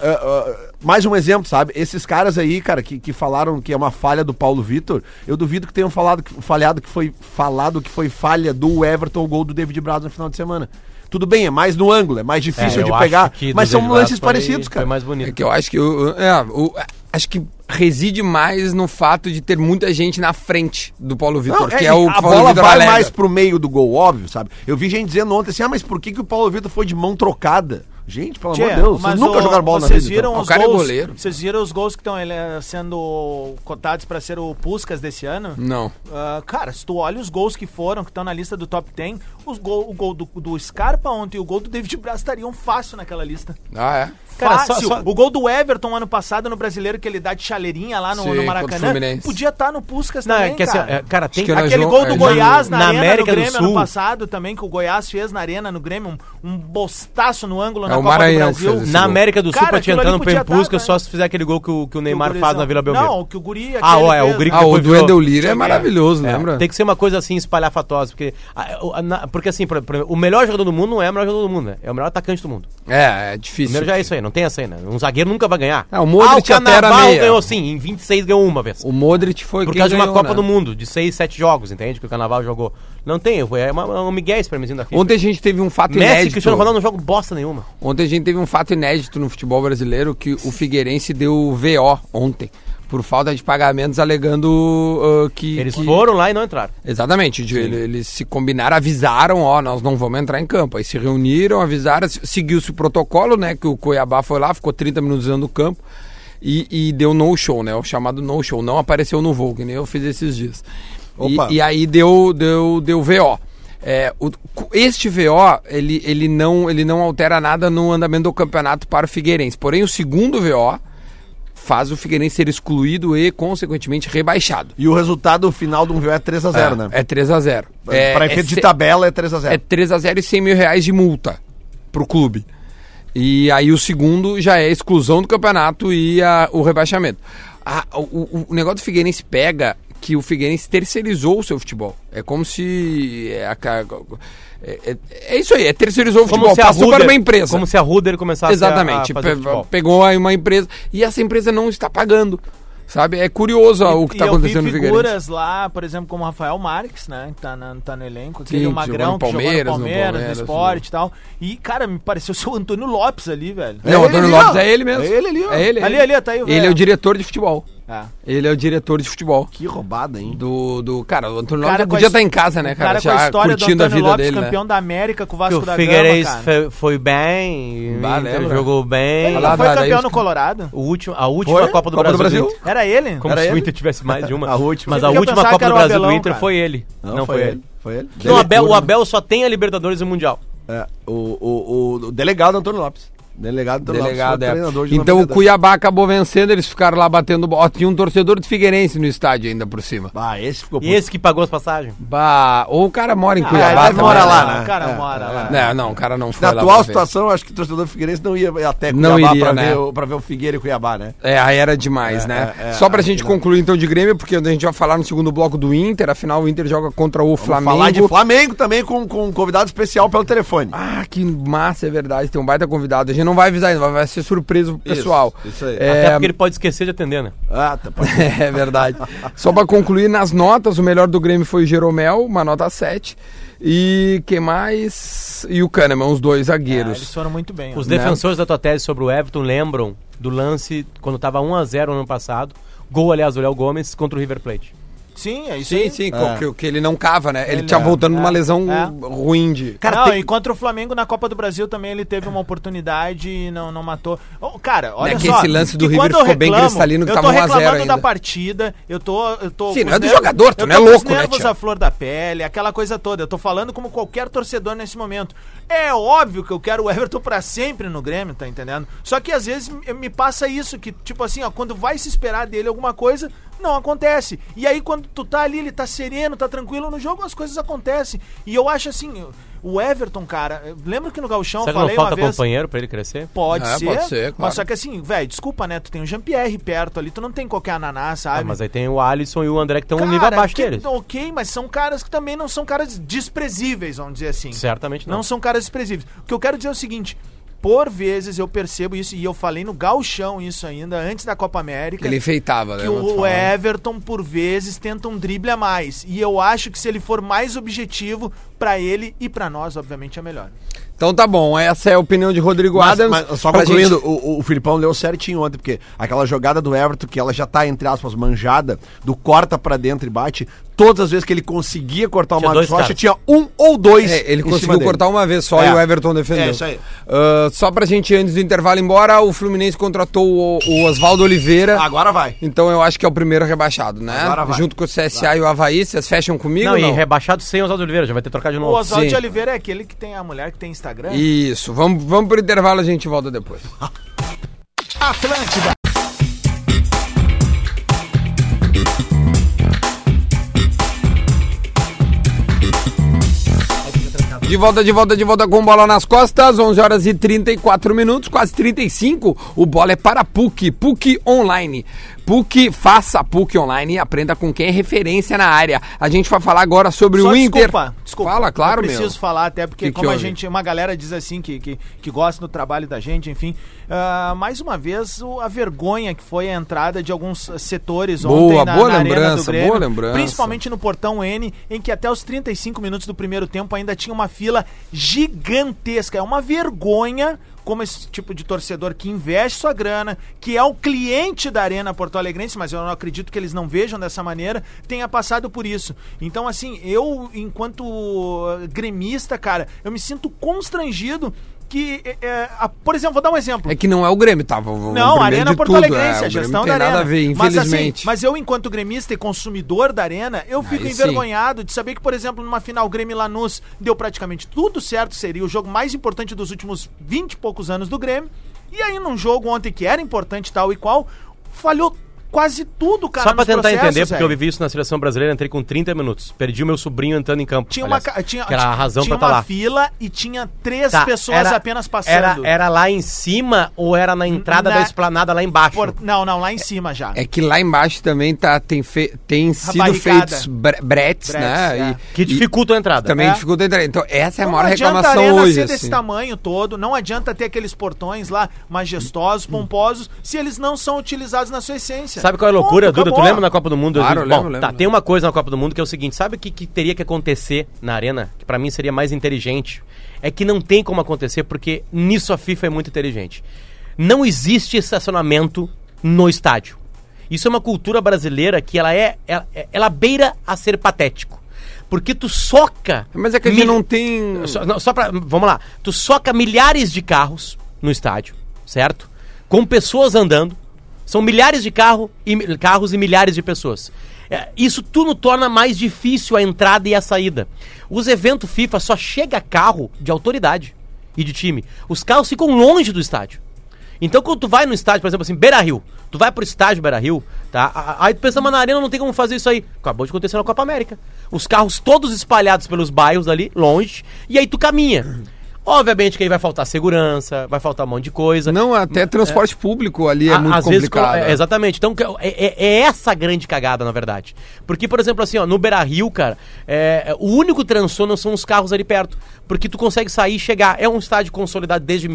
uh, mais um exemplo, sabe? Esses caras aí, cara, que, que falaram que é uma falha do Paulo Vitor, eu duvido que tenham falado que, falhado que foi falado que foi falha do Everton o gol do David Braz no final de semana. Tudo bem, é mais no ângulo, é mais difícil
É, eu
de
acho
pegar,
que
mas
do
são
David
lances
Braz foi-
parecidos, cara.
Foi mais
É
bonito.
que eu acho que. o- o- é, o- acho que reside mais no fato de ter muita gente na frente do Paulo Vitor, que é, o que
a
o Paulo
bola
Vitor
vai
alega.
mais pro meio do gol, óbvio, sabe? Eu vi gente dizendo ontem assim, ah, mas por que, que o Paulo Vitor foi de mão trocada? Gente, pelo amor de Deus, vocês
mas
nunca
o-
jogaram bola na
vocês
vida,
viram
então.
O
os
cara é
gols,
goleiro.
Vocês viram os gols que estão ele, eh, sendo cotados pra ser o Puskas desse ano?
Hum.
Não.
Ah, cara, se tu olha os gols que foram, que estão na lista do top 10, os gol, o gol do, do Scarpa ontem e o gol do David Braz estariam fácil naquela lista.
Ah, é.
Cara,
fácil.
só- só-
O gol do Everton ano passado no brasileiro que ele dá de chaleirinha lá no,
Sim,
no
contra o
Maracanã.
Fluminense.
Podia estar no Puskas
Não,
também,
é que assim,
cara.
é, cara, tem
que era
Aquele
João-
gol do
é,
Goiás
na-
na,
na
arena,
América
no
do
Grêmio
Sul.
ano passado também, que o Goiás fez na arena, no Grêmio, um, um bostaço no ângulo
É
na
o
Copa
Maranhão
do
que fez
Brasil.
esse
Na
gol.
América do Sul,
Cara,
pra te
aquilo
entrar
ali
no
podia
Pempusca,
tá, né?
só se fizer aquele gol que o, que o Neymar
gurizão-
faz na Vila Belmiro.
Não, o que o Guri
Ah, ó, é,
fez,
o Gri-
né?
Ah, o
depois
do
virou-
Endel Lira é
Tinha-
maravilhoso,
É,
lembra?
Tem que ser uma coisa assim, espalhafatosa. Porque, ah, o- a- na- porque assim, por- por- o melhor jogador do mundo não é o melhor jogador do mundo, né? É o melhor atacante do mundo.
É, é difícil.
Primeiro já é isso aí, não tem essa aí, né? Um zagueiro nunca vai ganhar.
É, o Modric até era
Cannavaro
meia.
ganhou sim, em 26 ganhou uma vez.
O Modric foi
por
quem
causa de uma
ganhou,
Copa
né?
do Mundo, de 6, 7 jogos, entende? Que o Carnaval jogou. Não tem, é uma, é um Miguel esse prêmiozinho da FIFA.
Ontem a gente teve um fato
Messi e
inédito.
Cristiano Ronaldo não jogam bosta nenhuma.
Ontem a gente teve um fato inédito no futebol brasileiro que o Figueirense deu VO ontem por falta de pagamentos alegando ah, que
Eles
que-
foram lá e não entraram.
Exatamente, de- ele- eles se combinaram, avisaram, ó, nós não vamos entrar em campo. Aí se reuniram, avisaram, se- seguiu-se o protocolo, né? Que o Cuiabá foi lá, ficou 30 minutos dentro do campo e, e deu no show, né? O chamado no show, não apareceu no voo, que nem eu fiz esses dias. E,
Opa.
e aí deu, deu, deu VO. É, o- cu- este VO, ele, ele, não, ele não altera nada no andamento do campeonato para o Figueirense. Porém, o segundo VO faz o Figueirense ser excluído e, consequentemente, rebaixado.
E o resultado final do 1 é 3x0, né?
É 3x0.
pra efeito de tabela é 3x0.
É 3x0 e 100 mil reais de multa pro clube. E aí o segundo já é a exclusão do campeonato e a- o rebaixamento. A- o, o- o negócio do Figueirense pega que o Figueirense terceirizou o seu futebol. É como se... É, a ca- é- é- é isso aí, é terceirizou o futebol. Passou para uma empresa.
Como se a Ruder começasse
Exatamente.
a, a fazer
Pe-
futebol.
pegou aí uma empresa e essa empresa não está pagando. Sabe? É curioso ó, o que
E
está
tá
eu vi
acontecendo no Figueirense.
figuras lá, por exemplo, como o Rafael Marques, né? Que tá, na, tá no elenco.
Sim,
Aquele
que
o Magrão,
jogou no
que jogou
Palmeiras,
no
no
Palmeiras, no,
Palmeiras,
Esporte e tal. E, cara, me pareceu ser o Antônio Lopes ali, velho.
Não, o
ele
Antônio
ali,
Lopes
ó.
é ele mesmo.
É ele ali, ó.
É ele, é
Ali,
ele.
ali, ó, tá aí o
Ele é
velho.
o diretor de futebol.
Ah.
Ele é o diretor de futebol.
Que roubada, hein?
Do, do cara, o Antônio
Cara,
Lopes
com a
podia
his-
estar em casa, né,
o
cara?
cara com a
Já
história do
curtindo a
Antônio
vida
Lopes,
dele, né?
campeão da América com o
Que
Vasco
o é
da
Figueirense
Gama, cara.
foi, foi bem,
Bah, lembra?
jogou bem.
Ele
Olha lá,
não foi
cara,
campeão
aí
no
os-
Colorado?
O último, a última
Foi?
Copa do
Copa
Brasil.
do Brasil?
Inter.
Era ele?
Como
Era
se o
ele?
Inter tivesse mais de uma.
A última.
Mas a
Sempre que eu
última
pensava
Copa
que
do
era o
Brasil do
Abelão,
Inter
cara.
foi ele. Não, foi ele.
Foi ele.
Não, o Abel, o Abel só tem a Libertadores e o Mundial.
É, o, o, o, o delegado Antônio Lopes. Delegado do
Delegado, é.
treinador de
Então o
99.
Cuiabá acabou vencendo, eles ficaram lá batendo bola. Ó, Tinha um torcedor de Figueirense no estádio ainda por cima.
Ah, esse ficou
E esse que pagou as passagens?
Bah, ou o cara mora em
Ah,
Ah,
ele
Cuiabá.
deve
também,
morar
né?
lá, né?
O cara
É,
mora lá.
Não, não, o cara não foi
Na
lá
atual
pra ver.
situação, eu acho que o torcedor do Figueirense não ia até
Não
Cuiabá
iria,
pra,
né?
ver, o- pra ver o Figueira e Cuiabá, né?
É, aí era demais, né?
é, é,
Só pra
acho
gente
que não.
concluir então de Grêmio, porque a gente vai falar no segundo bloco do Inter, afinal o Inter joga contra o
Vamos
Flamengo.
Falar de Flamengo também com, com um convidado especial pelo telefone.
Ah, que massa, é verdade. Tem um baita convidado. A gente não vai avisar ainda, vai ser surpresa pro
Isso,
pessoal.
isso aí.
É,
Até porque ele pode esquecer de atender, né?
Ah, tá, pode-
É verdade. Só pra concluir, nas notas, o melhor do Grêmio foi o Jeromel, uma nota 7. E quem mais? E o Kahneman, os dois
Ah,
zagueiros.
eles foram muito bem. ó.
Os defensores da tua tese sobre o Everton lembram do lance quando tava 1x0 no ano passado. Gol, aliás, do Léo Gomes contra o River Plate.
Sim, é isso
Sim,
aí.
sim,
É.
que, que ele não cava, né? Ele,
Ele-
tinha voltando
é,
numa lesão
é.
ruim de.
Cara,
não,
tem-
e contra o Flamengo na Copa do Brasil também ele teve uma oportunidade e não, não matou. Ô, cara, olha
É que
só.
esse lance do
que
River
quando eu
ficou bem cristalino que
eu
tava 1
tô
a 0
reclamando
ainda.
da partida, eu tô... Eu tô
Sim,
com
não é
os
do
nervos-
jogador, tu
eu
não é
tô com os
louco, né,
nervos
Thiago?
à flor da pele, aquela coisa toda. Eu tô falando como qualquer torcedor nesse momento. É óbvio que eu quero o Everton pra sempre no Grêmio, tá entendendo? Só que às vezes me- me passa isso, que tipo assim, ó, quando vai se esperar dele alguma coisa, não acontece. E aí quando tu tá ali, ele tá sereno, tá tranquilo no jogo, as coisas acontecem. E eu acho assim, o Everton, cara, eu lembro que no Gauchão eu
Será que não
falei
falta
uma vez...
companheiro pra ele crescer?
Pode,
É,
ser,
pode ser, claro.
mas só que assim, velho, desculpa, né? Tu tem o Jean-Pierre perto ali, tu não tem qualquer ananá, sabe?
Ah, mas aí tem o Alisson e o André que estão um nível
Cara,
abaixo
que-
deles.
Ok, mas são caras que também não são caras desprezíveis, vamos dizer assim.
Certamente não.
Não são caras desprezíveis. O que eu quero dizer é o seguinte. Por vezes eu percebo isso, e eu falei no Galchão isso ainda, antes da Copa América.
Ele enfeitava,
que
né?
o é. Everton, por vezes, tenta um drible a mais. E eu acho que se ele for mais objetivo, pra ele e pra nós, obviamente, é melhor.
Então tá bom, essa é a opinião de Rodrigo
Mas-
Adams.
mas só
Pra
concluindo, o, o Filipão leu certinho ontem, porque aquela jogada do Everton, que ela já tá, entre aspas, manjada, do corta pra dentro e bate, todas as vezes que ele conseguia cortar o
Tinha
Marcos
dois
Rocha,
caras.
tinha um ou dois.
É, ele
em
conseguiu
cima dele.
cortar uma vez só
É.
e o Everton defendeu.
É, isso aí.
Ah, só pra gente, antes do intervalo ir embora, o Fluminense contratou o, o Oswaldo Oliveira.
Agora vai.
Então eu acho que é o primeiro rebaixado, né?
Agora vai.
Junto com o CSA e o Havaí, vocês fecham comigo?
Não,
ou
e rebaixado sem Oswaldo Oliveira, já vai ter trocado de
O
novo.
Oswaldo
sim.
de Oliveira é aquele que tem a mulher que tem Instagram.
Isso, vamos, vamos pro intervalo, a gente volta depois.
Atlântida.
De volta, de volta, de volta com bola nas costas, 11 horas e 34 minutos, quase 35. O bola é para PUC, PUC Online. PUC, faça PUC Online e aprenda com quem é referência na área. A gente vai falar agora sobre
Só
o Inter.
desculpa, desculpa.
Fala, claro,
Eu
meu.
preciso falar até porque
Que que
como a
houve?
gente, uma galera diz assim que, que, que gosta do trabalho da gente, enfim. Ah, mais uma vez o- a vergonha que foi a entrada de alguns setores
Boa,
ontem na,
boa
na arena do
lembrança,
Grêmio,
boa lembrança.
principalmente no portão N, em que até os 35 minutos do primeiro tempo ainda tinha uma fila gigantesca. É uma vergonha como esse tipo de torcedor que investe sua grana, que é o cliente da Arena Porto Alegrense, mas eu não acredito que eles não vejam dessa maneira, tenha passado por isso. Então, assim, eu, enquanto uh, gremista, cara, eu me sinto constrangido que, eh, eh, a- por exemplo, vou dar um exemplo.
É que não é o Grêmio, tá? Vamos- vamos
Não,
primeiro
Arena
de
Porto
tudo,
Alegrense,
é,
a
o Grêmio não
gestão
tem
da Arena.
nada a ver,
Mas, assim,
infelizmente.
mas eu, enquanto gremista e consumidor da Arena, eu fico
Aí sim.
envergonhado de saber que, por exemplo, numa final Grêmio e Lanús deu praticamente tudo certo, seria o jogo mais importante dos últimos 20 e poucos anos do Grêmio. E aí, num jogo ontem que era importante tal e qual, falhou quase tudo,
Só
cara.
pra
nos
tentar
processos, é.
entender, porque eu
velho.
vivi isso na seleção brasileira, entrei com 30 minutos. Perdi o meu sobrinho entrando em campo.
Tinha
aliás,
uma, ca- tinha,
que era a razão
tinha
pra estar
uma
lá.
fila e tinha três
Tá,
pessoas
era-
apenas
Era,
passando.
era lá em cima ou era na entrada
Na-
da esplanada lá embaixo?
Por- Não, não, lá em cima já.
É que lá embaixo também tá, tem, fe- tem sido
barricada.
feitos bre- bretes, né?
Bretes,
E-
Que
e
dificulta a entrada.
também
É.
dificulta entrar. Então, essa é a
Não
maior
adianta
reclamação
a arena
hoje.
ser
assim.
desse tamanho todo, não adianta ter aqueles portões lá majestosos, pomposos, se eles não são utilizados na sua essência.
Sabe qual é a loucura,
Ponto,
Duda? Tu
acabou.
lembra na Copa do Mundo?
Claro,
2000?
eu lembro,
Bom,
lembro.
Tá, tem uma coisa na Copa do Mundo que é o seguinte, sabe o que, que teria que acontecer na arena, que pra mim seria mais inteligente? É que não tem como acontecer, porque nisso a FIFA é muito inteligente. Não existe estacionamento no estádio. Isso é uma cultura brasileira que ela é. Ela, ela beira a ser patético. Porque tu soca.
Mas é que a gente
mil-
não tem.
só, não, só pra. Vamos lá. Tu soca milhares de carros no estádio, certo? Com pessoas andando. São milhares de carro e, mi- carros e milhares de pessoas. É, isso tudo torna mais difícil a entrada e a saída. Os eventos FIFA só chega carro de autoridade. e de time. Os carros ficam longe do estádio. Então quando tu vai no estádio, por exemplo assim, Beira Rio, tu vai pro estádio Beira Rio, tá? A- a- Aí tu pensa, mas na arena não tem como fazer isso aí. Acabou de acontecer na Copa América. Os carros todos espalhados pelos bairros ali, longe, e aí tu caminha. Obviamente que aí vai faltar segurança, vai faltar um monte de coisa.
Não,
É.
até transporte público ali é
A-
muito
às vezes, co-
complicado.
é, exatamente. Então, que- é, é- é essa a grande cagada, na verdade. Porque, por exemplo, assim, ó, no Beira Rio, cara, é, é, o único transtorno são os carros ali perto. Porque tu consegue sair e chegar. É um estádio consolidado desde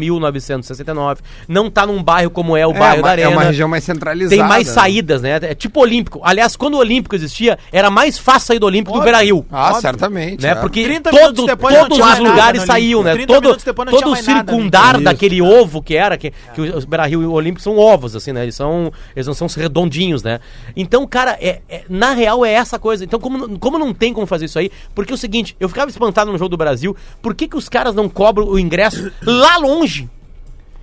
1969. Não tá num bairro como é o
É,
bairro
uma-
da Arena.
é uma região mais centralizada.
Tem mais
né?
saídas, né? É tipo Olímpico. Aliás, quando o Olímpico existia, era mais fácil sair do Olímpico do
Óbvio.
Beira Rio.
Ah,
Óbvio.
certamente.
Né?
é.
Porque
30
todo-
minutos depois não
todos
tinha
os
mais nada
lugares
no
saíam,
Olímpico.
né?
30
Todo,
minutos depois não
todo
tinha
o
mais nada no
circundar
Olímpico.
daquele
É.
ovo que era, que, que os Beira Rio e o Olímpico são ovos, assim, né? Eles, são, eles não são redondinhos, né? Então, cara, é, é- na real é essa coisa. Então, como, não- como não tem como fazer isso aí? Porque é o seguinte, eu ficava espantado no jogo do Brasil, por que, que os caras não cobram o ingresso lá longe?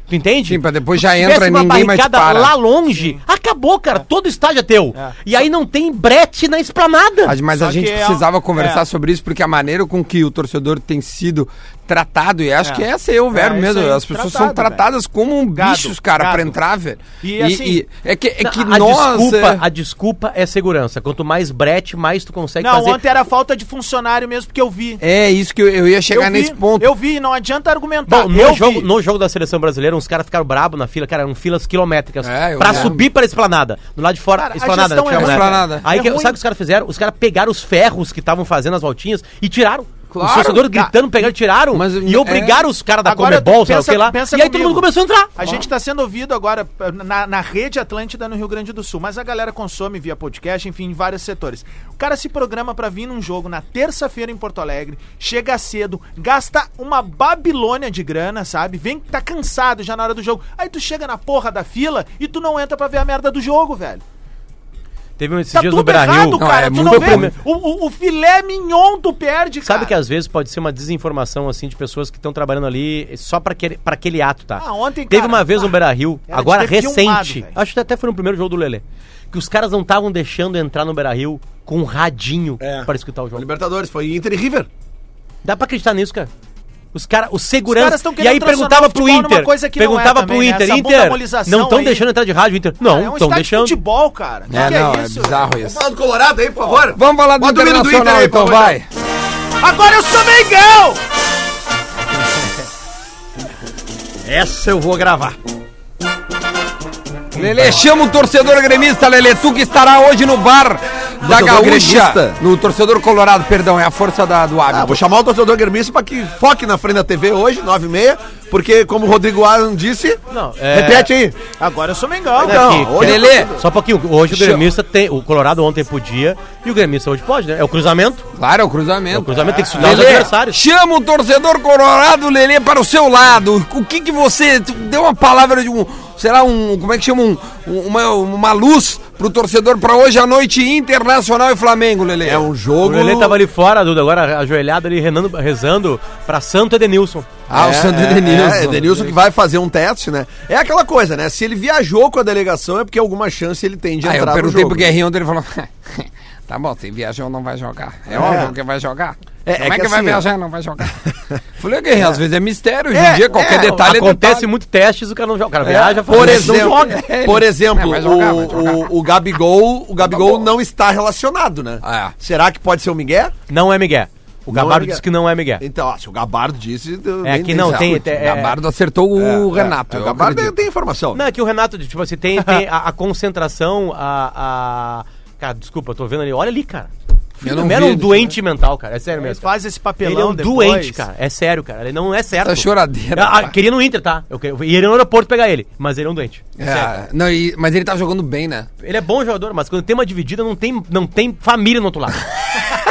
Tu entende?
Sim, pra depois
Se
já
tivesse
entra e
uma
ninguém mais
barricada
para.
lá longe, acabou, cara. Todo estádio é teu.
É.
E aí não tem brete na esplanada.
Ah, Mas a
Só
gente
que é-
precisava conversar
é.
sobre isso, porque a maneira com que o torcedor tem sido tratado, e acho
É.
que essa é o verbo
É,
mesmo,
isso aí,
as pessoas
tratado,
são tratadas como um
Gado,
bichos, cara, pra
gado.
entrar, velho.
E, assim,
é que, é que
a, a
nós...
desculpa,
é-
a desculpa é segurança. Quanto mais brete, mais tu consegue
Não,
fazer.
ontem era falta de funcionário mesmo, porque eu vi.
É isso que eu, eu ia chegar
eu vi,
nesse ponto.
Eu vi, não adianta argumentar.
Bom, no,
Tá, eu
jogo,
vi.
no jogo da seleção brasileira, uns caras ficaram brabo na fila, cara, eram filas quilométricas.
É, eu
pra
lembro.
subir pra esplanada. Do lado de fora,
Cara, a
esplanada.
gestão
né,
é
que chama,
ruim.
né?
Esplanada.
Aí
É
que- sabe
ruim.
o que os caras fizeram? Os caras pegaram os ferros que estavam fazendo as voltinhas e tiraram.
Claro. tá.
os torcedores gritando, pegaram, tiraram
Mas, é.
e obrigaram os caras da
Agora,
Comebol, sei lá o
pensa-
que lá. E aí
pensa
todo
comigo.
mundo começou a entrar.
A gente está sendo ouvido agora eh, na, na rede Atlântida no Rio Grande do Sul, mas a galera consome via podcast, enfim, em vários setores. O cara se programa para vir num jogo na terça-feira em Porto Alegre, chega cedo, gasta uma babilônia de grana, sabe? Vem, tá cansado já na hora do jogo. Aí tu chega na porra da fila e tu não entra pra ver a merda do jogo, velho.
Teve um- esses
Tá
dias no
tudo
Beira
errado,
Rio.
cara.
é
tu
muito
não
ruim.
vê. O, o- o filé mignon tu perde, cara.
Sabe que é às vezes pode ser uma desinformação assim de pessoas que estão trabalhando ali só pra aquele, pra aquele ato, tá?
Ah, ontem,
Teve
cara,
uma vez
ah,
no Beira Rio,
era de
agora
ter filmado,
recente,
velho.
acho que até foi no primeiro jogo do Lelê, que os caras não estavam deixando entrar no Beira Rio com um radinho
É.
pra escutar o jogo.
Libertadores, foi Inter e River.
Dá pra acreditar nisso, cara? Os caras, os segurança.
caras tão
e
querendo
aí
transformar
perguntava
o
pro
futebol numa
Inter.
coisa que não é
perguntava pro
também, né?
Inter,
Essa
Inter.
bundamolização
Não estão
aí.
deixando entrar de rádio, Inter. Não,
é um
estão
estádio
deixando.
de futebol, cara. Que
É,
que
não, é
isso,
bizarro
velho?
isso.
do Colorado aí, por favor.
Vamos falar do
Bota o hino do
Internacional,
Inter aí,
então,
por favor.
vai.
Agora eu sou Mengão!
Essa eu vou gravar.
Lele, chama o torcedor gremista, Lele, tu que estará hoje no bar da
Torcedor
Gaúcha.
gremista?
No torcedor colorado, perdão, é a força da, do hábito.
Ah, vou chamar o torcedor gremista pra que foque na frente da TV hoje, 9h30, porque como o Rodrigo Alan disse...
Não, é-
Repete aí.
Agora eu sou Mengão.
Então,
Aqui,
hoje
pera-
Lelê.
Só um pouquinho. Hoje o
Chama.
gremista tem. O Colorado ontem podia e o gremista hoje pode, né? É o cruzamento.
Claro, é o
É o
cruzamento.
cruzamento tem que estudar os
Lelê,
adversários.
chama o torcedor colorado, Lelê, para o seu lado. O que que você... tu Deu uma palavra de um... Sei lá, um... Como é que chama? Um, um- uma, uma luz pro torcedor pra hoje à noite Internacional e Flamengo, Lelê.
É um
O
jogo...
Lelê tava ali fora, Duda, agora ajoelhado ali, renando- rezando pra Santo Edenilson.
Ah, o Santo Edenilson.
É, Edenilson que vai fazer um teste, né? É aquela coisa, né? Se ele viajou com a delegação é porque alguma chance ele tem de
Aí Ah, eu
entrar no
perguntei é
jogo.
pro Guerrinho ontem, ele falou... Tá bom, se viajou não vai jogar. É, óbvio que vai jogar.
É,
Como
é
é que,
que
vai
assim, ó.
viajar e não vai jogar? Falei, Guerrinho, às vezes é mistério. Hoje em
É,
dia, qualquer
é,
detalhe é
Acontece
detalhe.
muito testes, o cara não joga. O cara viaja, fala,
Por
não
exemplo,
joga.
por exemplo,
É, vai jogar, vai
o, o, o Gabigol, o Gabigol não está relacionado, né?
É.
Será que pode ser o Miguel?
Não é Miguel. O
Não é
Gabardo
Miguel.
disse que não é Miguel.
Então, ó, se o Gabardo disse, eu
É
nem-
que
nem
não,
sei.
tem.
O
é-
Gabardo acertou o
É,
Renato.
é, o
eu
Gabardo
acredito.
tem informação.
Não, é que o Renato, tipo assim, tem, tem a, a concentração, a, a- Cara, desculpa, eu tô vendo ali. Olha ali, cara.
Eu
Filho,
não
não era
vi
um
isso,
doente mental, cara. É sério
Ele
mesmo. cara.
faz esse papelão
Ele é um
depois.
doente, cara. É sério, cara. Ele não é certo.
Essa choradeira,
Ah, ah,
pá.
queria no Inter, tá? Eu, que- eu ia no aeroporto pegar ele, mas ele é um doente.
É,
Sério.
não, e- mas ele tá jogando bem, né?
Ele é bom jogador, mas quando tem uma dividida, não tem, não tem família no outro lado.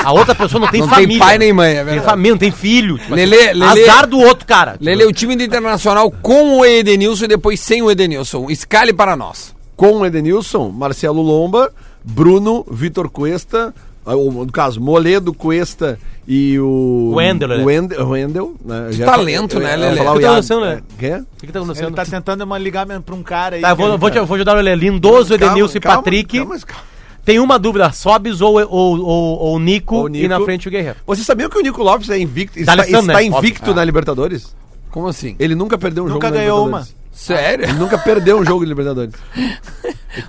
A outra pessoa não tem
Não tem
família.
pai nem mãe, é
Tem
né?
verdade.
família, não tem filho. Tipo
Lelê,
assim,
Lelê-
Azar do outro cara. Tipo,
Lele, o time do Internacional com o Edenilson e depois sem o Edenilson. Escale para nós.
Com o Edenilson, Marcelo Lomba, Bruno, Vitor Cuesta, ah, ou, no caso, Moledo, Cuesta e o...
Wendel, né?
O Wendel, o Wendel, né? Já-
talento,
eu-
né,
eu ia
Lelê?
falar
O
o Iago.
que tá
É,
acontecendo, né?
Quê?
O que, que tá
Ele
acontecendo?
tá tentando uma ligamento pra um cara aí.
Tá, eu
que
vou,
ele-
vou, te- vou ajudar o Lelê. Lindoso, Edenilson e
Calma,
Patrick.
calma, mas calma.
Tem uma dúvida: Sobis ou, ou, ou, ou Nico,
Ou Nico.
e na frente o Guerreiro.
Você sabia que o Nico Lopes é invicto, está,
D'Alessandro,
está
né?
É.
invicto
Óbvio.
na Libertadores?
Como assim?
Ele nunca perdeu um
Nunca
jogo na
ganhou
Libertadores.
Sério?
Ele nunca perdeu um jogo de Libertadores.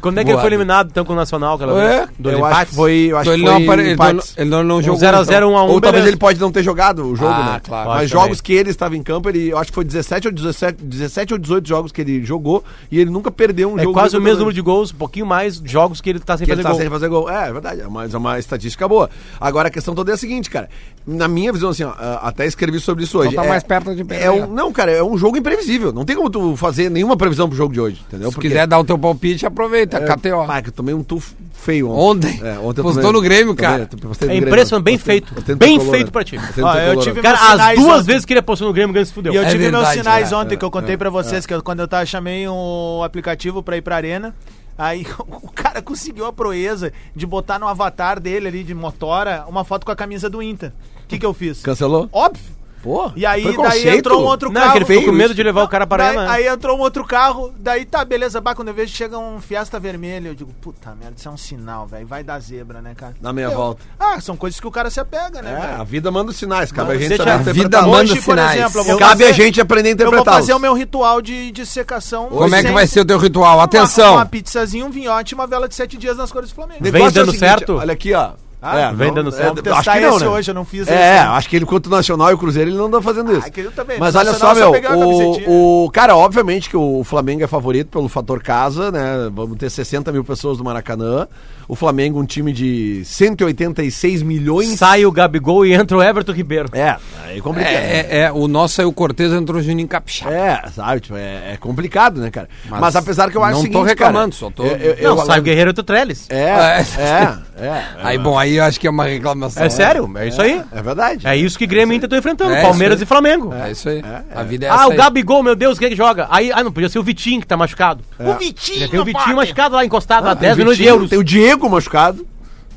Quando é que ele
Voado.
foi eliminado, então, com o Nacional aquela
É?
vez? Do
eu acho que
um empate?
foi, eu acho
Então
que
ele não,
foi
apare... ele não,
empates.
ele não, não jogou.
0 Um a 0,
então.
1 a 1,
Ou talvez
beleza.
ele pode não ter jogado o jogo,
Ah,
né?
claro.
Mas
Pode
jogos
também.
que ele estava em campo, ele eu acho que foi 17 ou 17, 17 ou 18 jogos que ele jogou e ele nunca perdeu um
É
jogo.
quase
de
o mesmo número
Libertadores.
de gols, um pouquinho mais jogos que ele tá sem
que ele
fazer
tá
gol.
sem fazer gol. É, é verdade, é uma, é uma estatística boa. Agora a questão toda é a seguinte, cara. Na minha visão, assim, ó, ah, até escrevi sobre isso hoje.
tá
é,
mais perto de perder.
é um, Não, cara, é um jogo imprevisível. Não tem como tu fazer nenhuma previsão pro jogo de hoje, entendeu?
Se quiser dar o teu palpite, aproveita.
É,
KTO.
Pá, que É, eu tomei um tufo feio
Ontem?
É, ontem eu
Postou
tomei-
no Grêmio, cara.
eu postei no
É
Grêmio.
impressionante, bem
Postei-
feito.
postei no
Bem
tricolor.
feito pra ti.
Postei no
Ó, Ah, eu
tricolor.
tive-
Cara, as
sinais
duas
ontem.
vezes que ele apostou no Grêmio, o Grêmio se fudeu.
E eu
É
É,
tive meus
verdade,
sinais
é,
ontem que eu contei pra
É.
vocês, que eu- quando eu tava, chamei um aplicativo pra ir pra arena. Aí o cara conseguiu a proeza de botar no avatar dele ali de motora uma foto com a camisa do Inter. O que, que eu fiz?
Cancelou?
Óbvio.
Pô,
E aí daí
preconceito.
entrou um outro
Não, é
carro.
que ele ficou com
feio
medo
isso.
de levar o cara pra
daí,
arena. né?
Aí entrou um outro carro, daí tá, beleza, bah, quando eu vejo chega um Fiesta vermelho, eu digo, puta merda, isso é um sinal, velho, vai dar zebra, né, cara?
Na meia
Eu-
volta.
Ah, são coisas que o cara se apega, né,
É,
velho?
a vida manda os sinais, cabe
Não,
a gente
deixa-
saber
a
vida
interpretar.
manda
Hoje,
os sinais.
eu vou
Cabe a
fazer-
gente aprender a
Eu vou
interpretá
fazer o meu ritual de, de secação.
Como é que
sem-
vai ser o teu ritual? Atenção.
Uma, uma pizzazinha, um vinhote e uma vela de sete dias nas cores do Flamengo.
Vem dando certo?
é Olha aqui, ó.
Ah,
vem dando certo.
É, acho que não, né?
hoje, eu não fiz
É, é, acho que ele contra o Nacional e o Cruzeiro ele não tá fazendo isso.
Ah, que eu também.
Mas
No
olha
Nacional
só,
eu
meu,
só peguei uma camisetinha.
o, o- cara, obviamente que o Flamengo é favorito pelo fator casa, né? Vamos ter 60 mil pessoas no Maracanã. O Flamengo um time de 186 milhões.
Sai o Gabigol e entra o Everton Ribeiro.
É, aí complica. né?
É, é, é, o nosso aí, o Cortez entrou o Juninho Capixaba.
É, sabe, tipo, é, é complicado, né, cara?
Mas
Mas, apesar que eu acho
não
o
tô
seguinte,
reclamando,
cara,
só tô-
Eu, eu,
Não,
eu,
sai o Guerreiro e entra o Trellis.
é, é, é.
Aí, bom, aí eu acho que é uma reclamação. né?
É sério, é isso aí.
É verdade.
É isso que Grêmio e Inter estão enfrentando,
É,
Palmeiras
isso aí.
e Flamengo.
É isso aí. A vida é essa
Ah, o
aí.
Gabigol, meu Deus, quem é que joga? Aí, ah, não, podia ser o Vitinho que tá machucado.
é.
Um
O Vitinho, Já tem o
um
Vitinho machucado lá, encostado
Ah,
a 10
Tem o
milhões de
Vitinho, Tá
euros.
Tem o Diego machucado,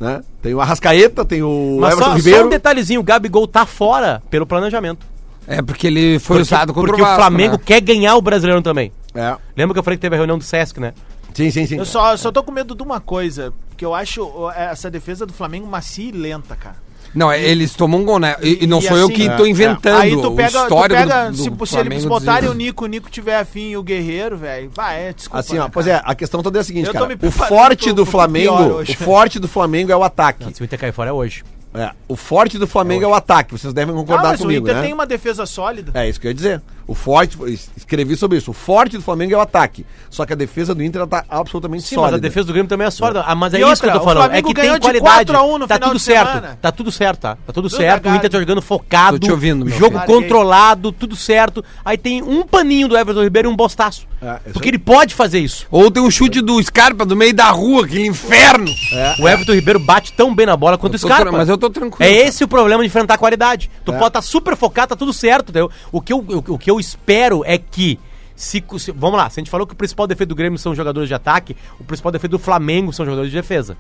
né? Tem o Arrascaeta, tem o
Mas
Everton
só,
Ribeiro.
só um detalhezinho, o Gabigol tá fora pelo planejamento.
É porque ele foi usado contra
porque
o Vasco,
Flamengo
né?
quer ganhar o Brasileirão também.
É.
Lembra que eu falei que teve a reunião do Sesc, né?
Sim, sim, sim.
Eu só, só tô com medo de uma coisa, que eu acho ó, é, essa defesa do Flamengo macia e lenta, cara.
Não, é, eles tomam um gol, né? E, e não
E
sou eu
assim-
que
É,
tô
é.
inventando
Aí tu pega, tu
histórico
pega
do-
se,
do
se eles
Flamengo
botarem o
dizendo.
Nico, o Nico tiver afim e o Guerreiro, velho, vai, é, desculpa.
Assim,
né,
ó,
cara?
pois é, a questão toda é a seguinte,
Eu tô
cara.
me
O
preparando
forte
pro-
do
pro pior
Flamengo,
hoje.
o forte do Flamengo é o ataque.
Se o Inter cair fora é hoje.
É, o forte do Flamengo é o ataque, vocês devem
Ah,
concordar
mas o
comigo,
Inter
né?
tem uma defesa sólida.
É isso que eu ia dizer. O forte, es- escrevi sobre isso. O forte do Flamengo é o ataque. Só que a defesa do Inter ela tá absolutamente
Sim,
sólida.
mas a defesa do Grêmio também é sólida. Ah, mas é
E
isso que eu
outra,
tô
o
falando. É
Flamengo
que
ganhou
tem
de
qualidade.
4 a 1 no
tá
final
tudo
de
certo.
semana.
Tá tudo certo, tá? Tá tudo
Tudo
certo. O
cagado.
Inter tá jogando focado.
Tô te ouvindo, meu
Jogo
filho.
controlado, tudo certo. Aí tem um paninho do Everton Ribeiro e um bostaço.
É, isso
Porque ele pode fazer isso.
Ou tem um chute do Scarpa do meio da rua, aquele inferno.
O Everton Ribeiro bate tão bem na bola quanto o
tô
Scarpa.
tra- mas eu tô tranquilo,
É
cara.
esse o problema de enfrentar a qualidade. Tu pode estar super focado, tá tudo certo. Entendeu? O, que eu, o, o que eu espero é que. Se, co- se- vamos lá, se a gente falou que o principal defeito do Grêmio são jogadores de ataque, o principal defeito do Flamengo são jogadores de defesa.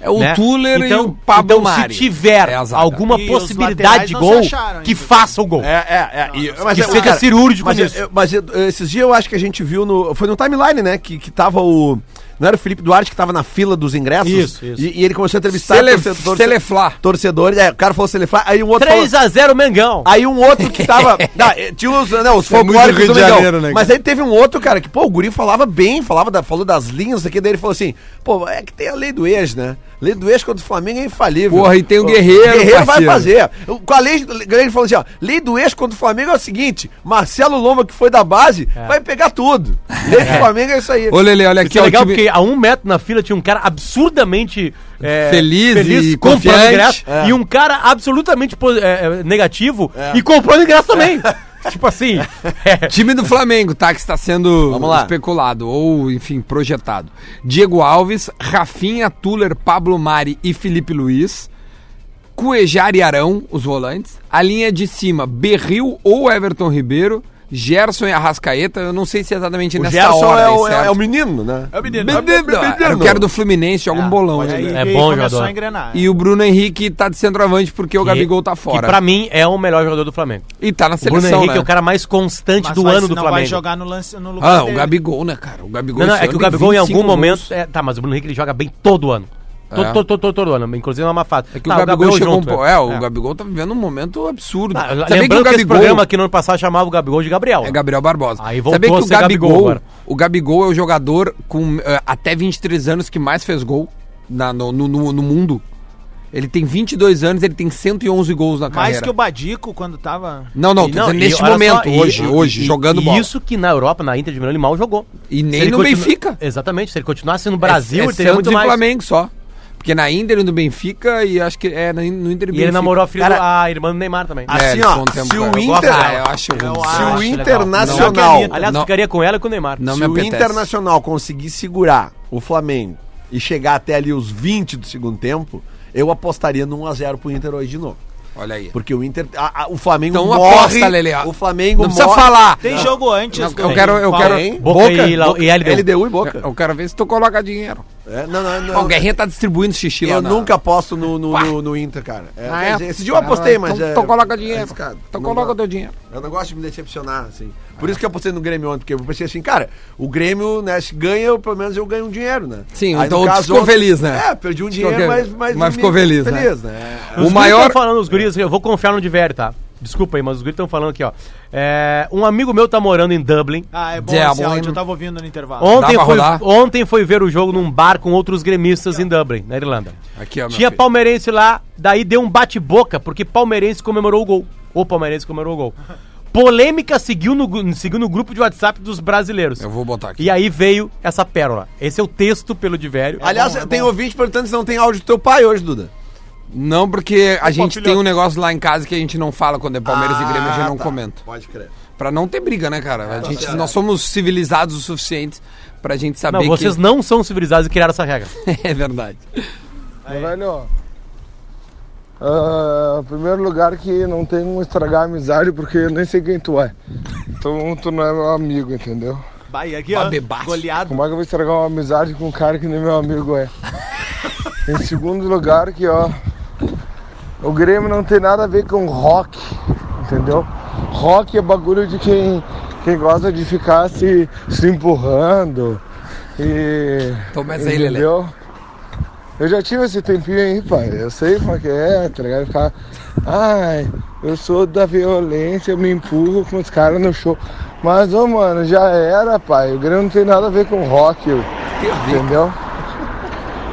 É o
né?
Tuller
então,
e o Pablo
então,
Mari.
se tiver
É a zaga.
alguma
E os
possibilidade
laterais
de
não se
gol,
acharam
que
ainda.
faça o gol.
É, é, é. E- mas
que
é,
seja
cara,
cirúrgico
mas,
nisso.
eu- mas eu- esses dias eu acho que a gente viu no. Foi no timeline, né? Que, que tava o. Não era o Felipe Duarte que tava na fila dos ingressos?
Isso, isso.
E, e ele começou a entrevistar
Cele-
tá torcedor-
Celeflá.
torcedores. É, o cara falou Celeflá. Aí um outro. falou-
3x0 Mengão.
Aí um outro que tava. Não, eh, tinha os, né, os
É muito
folclóricos
Rio
do
de
Mengão.
Janeiro, né,
Mas aí teve um outro, cara, que, pô, o Guri falava bem, falava da, falou das linhas aqui, daí ele falou assim, pô, é que tem a lei do ex, né? Lei do ex contra o Flamengo é infalível.
Porra, e tem o
Pô,
Guerreiro,
Guerreiro vai
parceiro.
fazer. O- Com a lei, ele falou assim, ó, lei do ex contra o Flamengo é o seguinte, Marcelo Lomba, que foi da base,
É.
vai pegar tudo. Lei do Flamengo é isso aí.
Ô, Lele, olha
Isso
aqui,
é
ó, o
legal
time-
porque a um metro na fila tinha um cara absurdamente é,
Feliz e
comprando
confiante.
ingresso
É.
e um cara absolutamente po- é, é, negativo e comprando ingresso também. tipo assim. é.
Time do Flamengo, tá? Que está sendo
Vamos lá.
especulado, ou, enfim, projetado. Diego Alves, Rafinha, Tuller, Pablo Mari e Felipe Luiz. Cuejar e Arão, os volantes. A linha de cima, Berril ou Everton Ribeiro. Gerson e Arrascaeta, eu não sei se é exatamente
o
nessa
Gerson
hora.
é
aí,
o, é,
certo?
é o menino, né?
É o menino.
Menino, era o que era do Fluminense, joga um bolão. né?
Aí-
É
aí
bom
começou
jogador.
a engrenar. é.
E o Bruno Henrique tá de centroavante porque o Gabigol tá
Que
fora.
pra mim é o melhor jogador do Flamengo.
E tá na
O Bruno
seleção,
Henrique
né?
é o cara mais constante
Mas
do
vai-
ano do
não vai
Flamengo.
jogar no lance no lugar
Ah, o
dele.
Gabigol, né, cara? O Gabigol
Não, não,
esse
é
ano
que o
tem
Gabigol em
25
algum
gols.
momento. é, tá, mas o Bruno Henrique ele joga bem todo ano.
É.
Todo, todo, todo, todo, todo ano, inclusive uma Ah, mafada.
É que o Gabigol, chegou um pouco. É, o
Gabriel.
Gabigol tá vivendo um momento absurdo.
Ah,
Sabia
né? lembrando que, esse programa que no ano passado chamava o Gabigol de Gabriel.
É Gabriel Barbosa.
Aí voltou
Sabia que
a
o
ser Gabigol
Gabigol,
agora.
o Gabigol é o jogador com eh, até 23 anos que mais fez gol na- no, no- no- no mundo? Ele tem 22 anos, ele tem 111 gols na carreira.
Mais que o Badico quando tava.
Não, não,
E
tô dizendo
e
neste
olha só,
momento,
e-
hoje,
e-
hoje,
e-
jogando
e
bola.
Isso que na Europa, na Inter de Milão, ele mal jogou.
E nem
ele
no
continu-
Benfica.
Exatamente, se ele continuasse no Brasil,
é, é
ele teria
Santos
muito
e
mais.
Flamengo só. Porque na Inter e no Benfica e acho que é na In- no Inter
E ele namorou a filha,
Cara,
do- Ah, a irmã do Neymar também.
a-
É,
Assim,
ele
ó,
ficou um tempo
se o
com ela.
Inter-
Ah, eu acho ruim.
Eu
Se
acho.
o
legal.
Internacional.
Não,
Aliás,
não.
ficaria com ela e com o Neymar.
Não
se
me
o
apetece.
Internacional conseguir segurar o Flamengo e chegar até ali os 20 do segundo tempo, eu apostaria no 1x0 pro Inter hoje de novo.
Olha aí.
Porque o Inter. a- a- o Flamengo
Então
morre.
aposta, Lele. ó.
O Flamengo
Não precisa
morre-
falar.
Tem jogo antes.
Não,
do-
eu quero, eu
Tem.
quero.
Hein?
Boca e
é
La- e um.
um.
LDU.
É,
LDU e Boca.
Eu quero ver se tu coloca dinheiro.
É, não, não, não.
Ó, o Guerrinha tá distribuindo xixi lá.
Eu
na-
nunca aposto no, no, no- no Inter, cara. É,
Ah,
quer
é?
dizer, esse dia eu apostei, mas.
Então,
é-
então coloca dinheiro.
arriscado.
Então
Não
coloca o
dá.
teu dinheiro.
Eu não gosto de me decepcionar, assim. Por isso que eu apostei no Grêmio ontem, porque eu pensei assim, cara, o Grêmio, né, se ganha, eu, pelo menos eu ganho um dinheiro, né?
Sim,
Aí,
então
no
tu ficou
ontem-
feliz, né?
É, perdi um
Ficou
dinheiro,
que-
mas... Mas,
mas
me-
ficou feliz, né?
Feliz, né?
O
Os guris
maior-
tão falando, os guris, eu vou confiar no Diver, tá? Desculpa aí, mas os guris estão falando aqui, ó. É, um amigo meu tá morando em Dublin.
Ah, é bom esse
Diablo,
áudio,
hein?
eu tava ouvindo no intervalo.
Dá
Ontem
pra
foi,
rodar?
ontem foi ver o jogo num bar com outros gremistas em Dublin, na Irlanda.
Aqui, ó, meu
Tinha
filho.
palmeirense lá, daí deu um bate-boca, porque palmeirense comemorou o gol. O palmeirense comemorou o gol. Polêmica seguiu no, gru- seguiu no grupo de WhatsApp dos brasileiros.
Eu vou botar aqui.
E aí veio essa pérola. Esse é o texto pelo Divério.
É
Tá Aliás, tem ouvinte perguntando se não tem áudio do teu pai hoje, Duda.
Não, porque a gente
filhote.
tem um negócio lá em casa que a gente não fala quando é Palmeiras e Grêmio, a gente não
tá.
comenta.
Pode crer. Tá
Pra não ter briga, né, cara? A gente, nós somos civilizados o suficiente pra gente saber
não, vocês
que...
não são civilizados e criaram essa regra.
é verdade.
Aí.
Velho, ah, primeiro lugar que não tem como estragar a amizade, porque eu nem sei quem tu é. Então tu não é meu amigo, entendeu?
Vai, aqui, ó.
Babebaço.
Goleado.
Como é que eu vou estragar uma amizade com um cara que nem meu amigo é? Em segundo lugar que, ó, o Grêmio não tem nada a ver com rock, entendeu? Rock é bagulho de quem, quem gosta de ficar se, se empurrando e...
Toma essa Então, aí, Lelê.
Entendeu? Eu já tive esse tempinho aí, pai. Eu sei como é que é, tá ligado? Ficar. Ai, eu sou da violência, eu me empurro com os caras no show. Mas, ô, mano, já era, pai. O Grêmio não tem nada a ver com rock, eu. entendeu?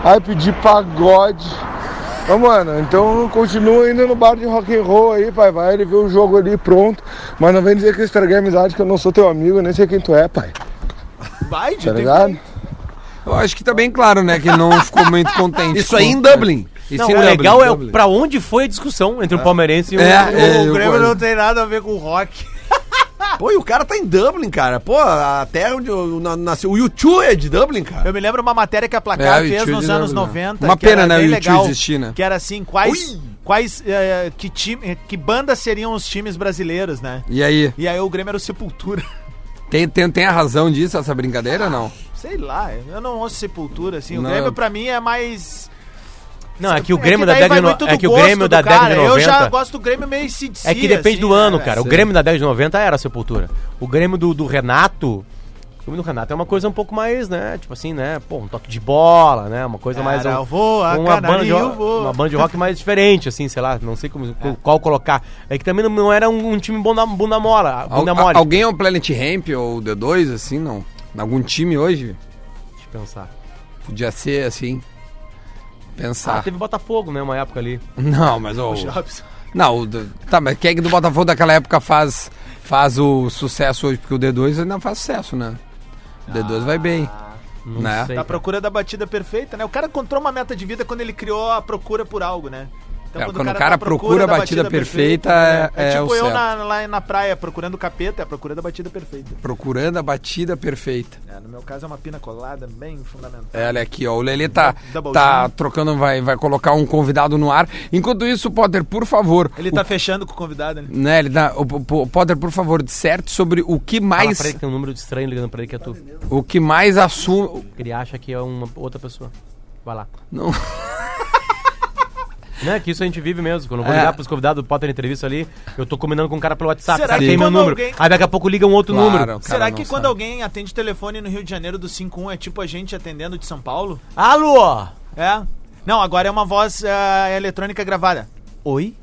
Ai, pedir pagode. Ô, mano, então continua indo no bar de rock and roll aí, pai. Vai, ele vê o jogo ali pronto. Mas não vem dizer que eu estraguei a amizade, que eu não sou teu amigo, eu nem sei quem tu é, pai.
Vai, de
Tá ligado?
um
Eu acho que tá bem claro, né, que ele não ficou muito contente.
Isso
com-
aí em Dublin.
Isso
Não,
é em
o
Dublin,
legal é
Dublin.
o- pra onde foi a discussão entre o palmeirense e o.
É.
O
eu
Grêmio
gosto.
não tem nada a ver com o rock.
Pô, e o cara tá em Dublin, cara. Pô, a terra onde eu na- nasci. O YouTube é de Dublin, cara.
Eu me lembro uma matéria que a
É, o
Placar fez
YouTube
nos
não é
anos
legal.
90.
Uma
que era
pena, né,
bem
o YouTube existir, né?
Que era assim, quais...
Ui!
Quais... eh, que time... Que bandas seriam os times brasileiros, né?
E aí,
E aí o Grêmio era o Sepultura.
tem, tem, tem a razão disso, essa brincadeira ou não?
Sei lá, eu não ouço Sepultura, assim.
Não,
o Grêmio
eu-
pra mim é mais...
Não, é que o Grêmio da
daí
década
vai
de
muito
no- é
do
que o
gosto
Grêmio
do
da década de
cara. Eu já
90.
gosto do Grêmio meio CDC.
É que depende
assim,
do ano,
né,
cara. O
velho?
Grêmio da década de 90 era a Sepultura. O Grêmio do, do Renato. O Grêmio do Renato é uma coisa um pouco mais, né? Tipo assim, né? Pô, um toque de bola, né? Uma coisa mais.
Cara,
um-
voa,
uma, banda de,
canarinho
ro-
voa.
uma banda de rock mais diferente, assim, sei lá. Não sei como, qual colocar. É que também não, não era um, um time bunda, bunda mola.
Al-
Bunda
a-
mole.
alguém é o Planet Ramp ou o D2, assim, não? Algum time hoje?
Deixa eu pensar.
Podia ser, assim,
Ah,
Tá.
pensar.
teve Botafogo, né? Uma época ali.
Não, mas o...
Jobs.
Não, o do- tá, mas quem é que do Botafogo daquela época faz, faz o sucesso hoje? Porque o D2 ainda faz sucesso, né? O D2 vai bem.
Ah, Não
Né?
sei.
Da procura da batida perfeita, né? O cara encontrou uma meta de vida quando ele criou a procura por algo, né? Então,
É, quando o cara
tá à
procura a
da
batida perfeita,
né?
é- é
tipo
o
eu
certo.
na, lá na praia procurando o capeta, é a procura da batida perfeita.
Procurando a batida perfeita.
É, no meu caso é uma pina colada bem fundamental.
É, Olha aqui, ó. O Lelê tá,
Double
tá
Jam.
trocando, vai, vai colocar um convidado no ar. Enquanto isso, Potter, por favor.
Ele tá fechando com o convidado, né?
o, né, ele dá, o, o- o- Potter, por favor, disserte sobre o que
Fala
mais.
pra ele que tem um número estranho ligando pra ele que é tu.
O que mais assume.
Ele acha que é uma outra pessoa. Vai lá.
Não.
Não, é que isso a gente vive mesmo. Quando eu vou
É.
ligar pros convidados do Potter entrevista ali, eu tô combinando com um cara pelo WhatsApp.
Será
Será
que
que tem meu
quando
número?
alguém-
Aí daqui a pouco liga um outro
Claro,
número.
o cara
Será
não
que
sabe.
quando alguém um, atende telefone no Rio de Janeiro do 51 é tipo a gente atendendo de São Paulo?
Alô?
É? Não, agora é uma voz ah, eletrônica gravada.
Oi?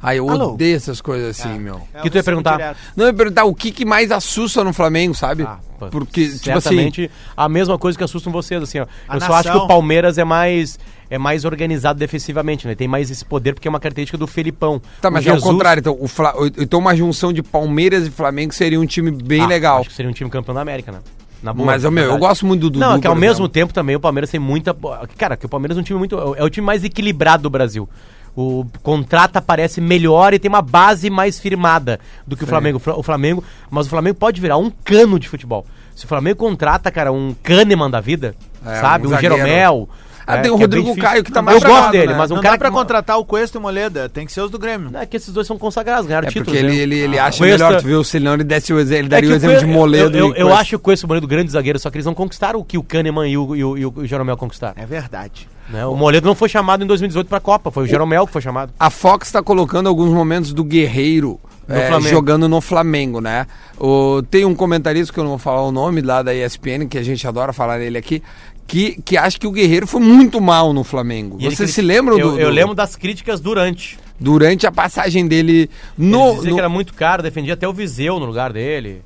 Ai, eu
Alô? Ah.
odeio essas coisas assim, meu.
É
Que tu ia
um
perguntar?
direto.
Não, eu ia perguntar o que, que mais assusta no Flamengo, sabe?
Ah, pô,
Porque, tipo assim.
certamente a mesma coisa que assustam vocês, assim, ó.
A
eu só
nação.
acho que o Palmeiras é mais é mais organizado defensivamente, né? Tem mais esse poder porque é uma característica do Felipão.
Tá,
O
mas é
Jesus-
ao contrário. Então, o Fla... então, uma junção de Palmeiras e Flamengo seria um time bem
Ah,
legal.
Acho que seria um time campeão da América, né? Na
Mas, meu, eu
verdade.
gosto muito do Dudu.
Não, é que ao
por
mesmo
exemplo.
tempo também o Palmeiras tem muita. Cara, que o Palmeiras é um time muito. É o time mais equilibrado do Brasil. O contrata parece melhor e tem uma base mais firmada do que o Flamengo. O Flamengo, mas o Flamengo pode virar um cano de futebol. Se o Flamengo contrata, cara, um Kahneman da vida,
É,
sabe?
um
Um,
zagueiro.
Jeromel.
Ah,
é,
tem o
que é
Rodrigo
bem difícil.
Caio que tá
Não,
mais
Eu gosto
travado,
dele,
né?
mas um
não
cara
dá pra
que-
contratar o Cuesta e o Moleda, tem que ser os do Grêmio.
É que esses dois são consagrados, ganharam
É
títulos.
porque ele,
né?
ele, ele
Ah,
acha
Cuesta-
melhor, tu viu? Senão ele, desse o exe- ele
É que
daria o
o
exemplo de
Cue-
moledo.
Eu, eu,
e
eu
coisa.
acho o Cuesta e o Moledo grandes zagueiros, só que eles não conquistaram o que o Kahneman e o, e o, e o Jeromel conquistaram.
É verdade.
né? O Moledo não foi chamado em 2018 pra Copa, foi o Jeromel que foi chamado.
A Fox tá colocando alguns momentos do Guerreiro
No
eh,
Flamengo.
jogando no Flamengo, né? O- tem um comentarista que eu não vou falar o nome lá da ESPN, que a gente adora falar nele aqui, que, que acha que o Guerreiro foi muito mal no Flamengo.
E ele
Vocês
cri-
se lembram
eu,
do,
Eu
do-
lembro das críticas durante.
durante a passagem dele
No,
no.
dizia
no-
que era muito caro, defendia até o Viseu no lugar dele.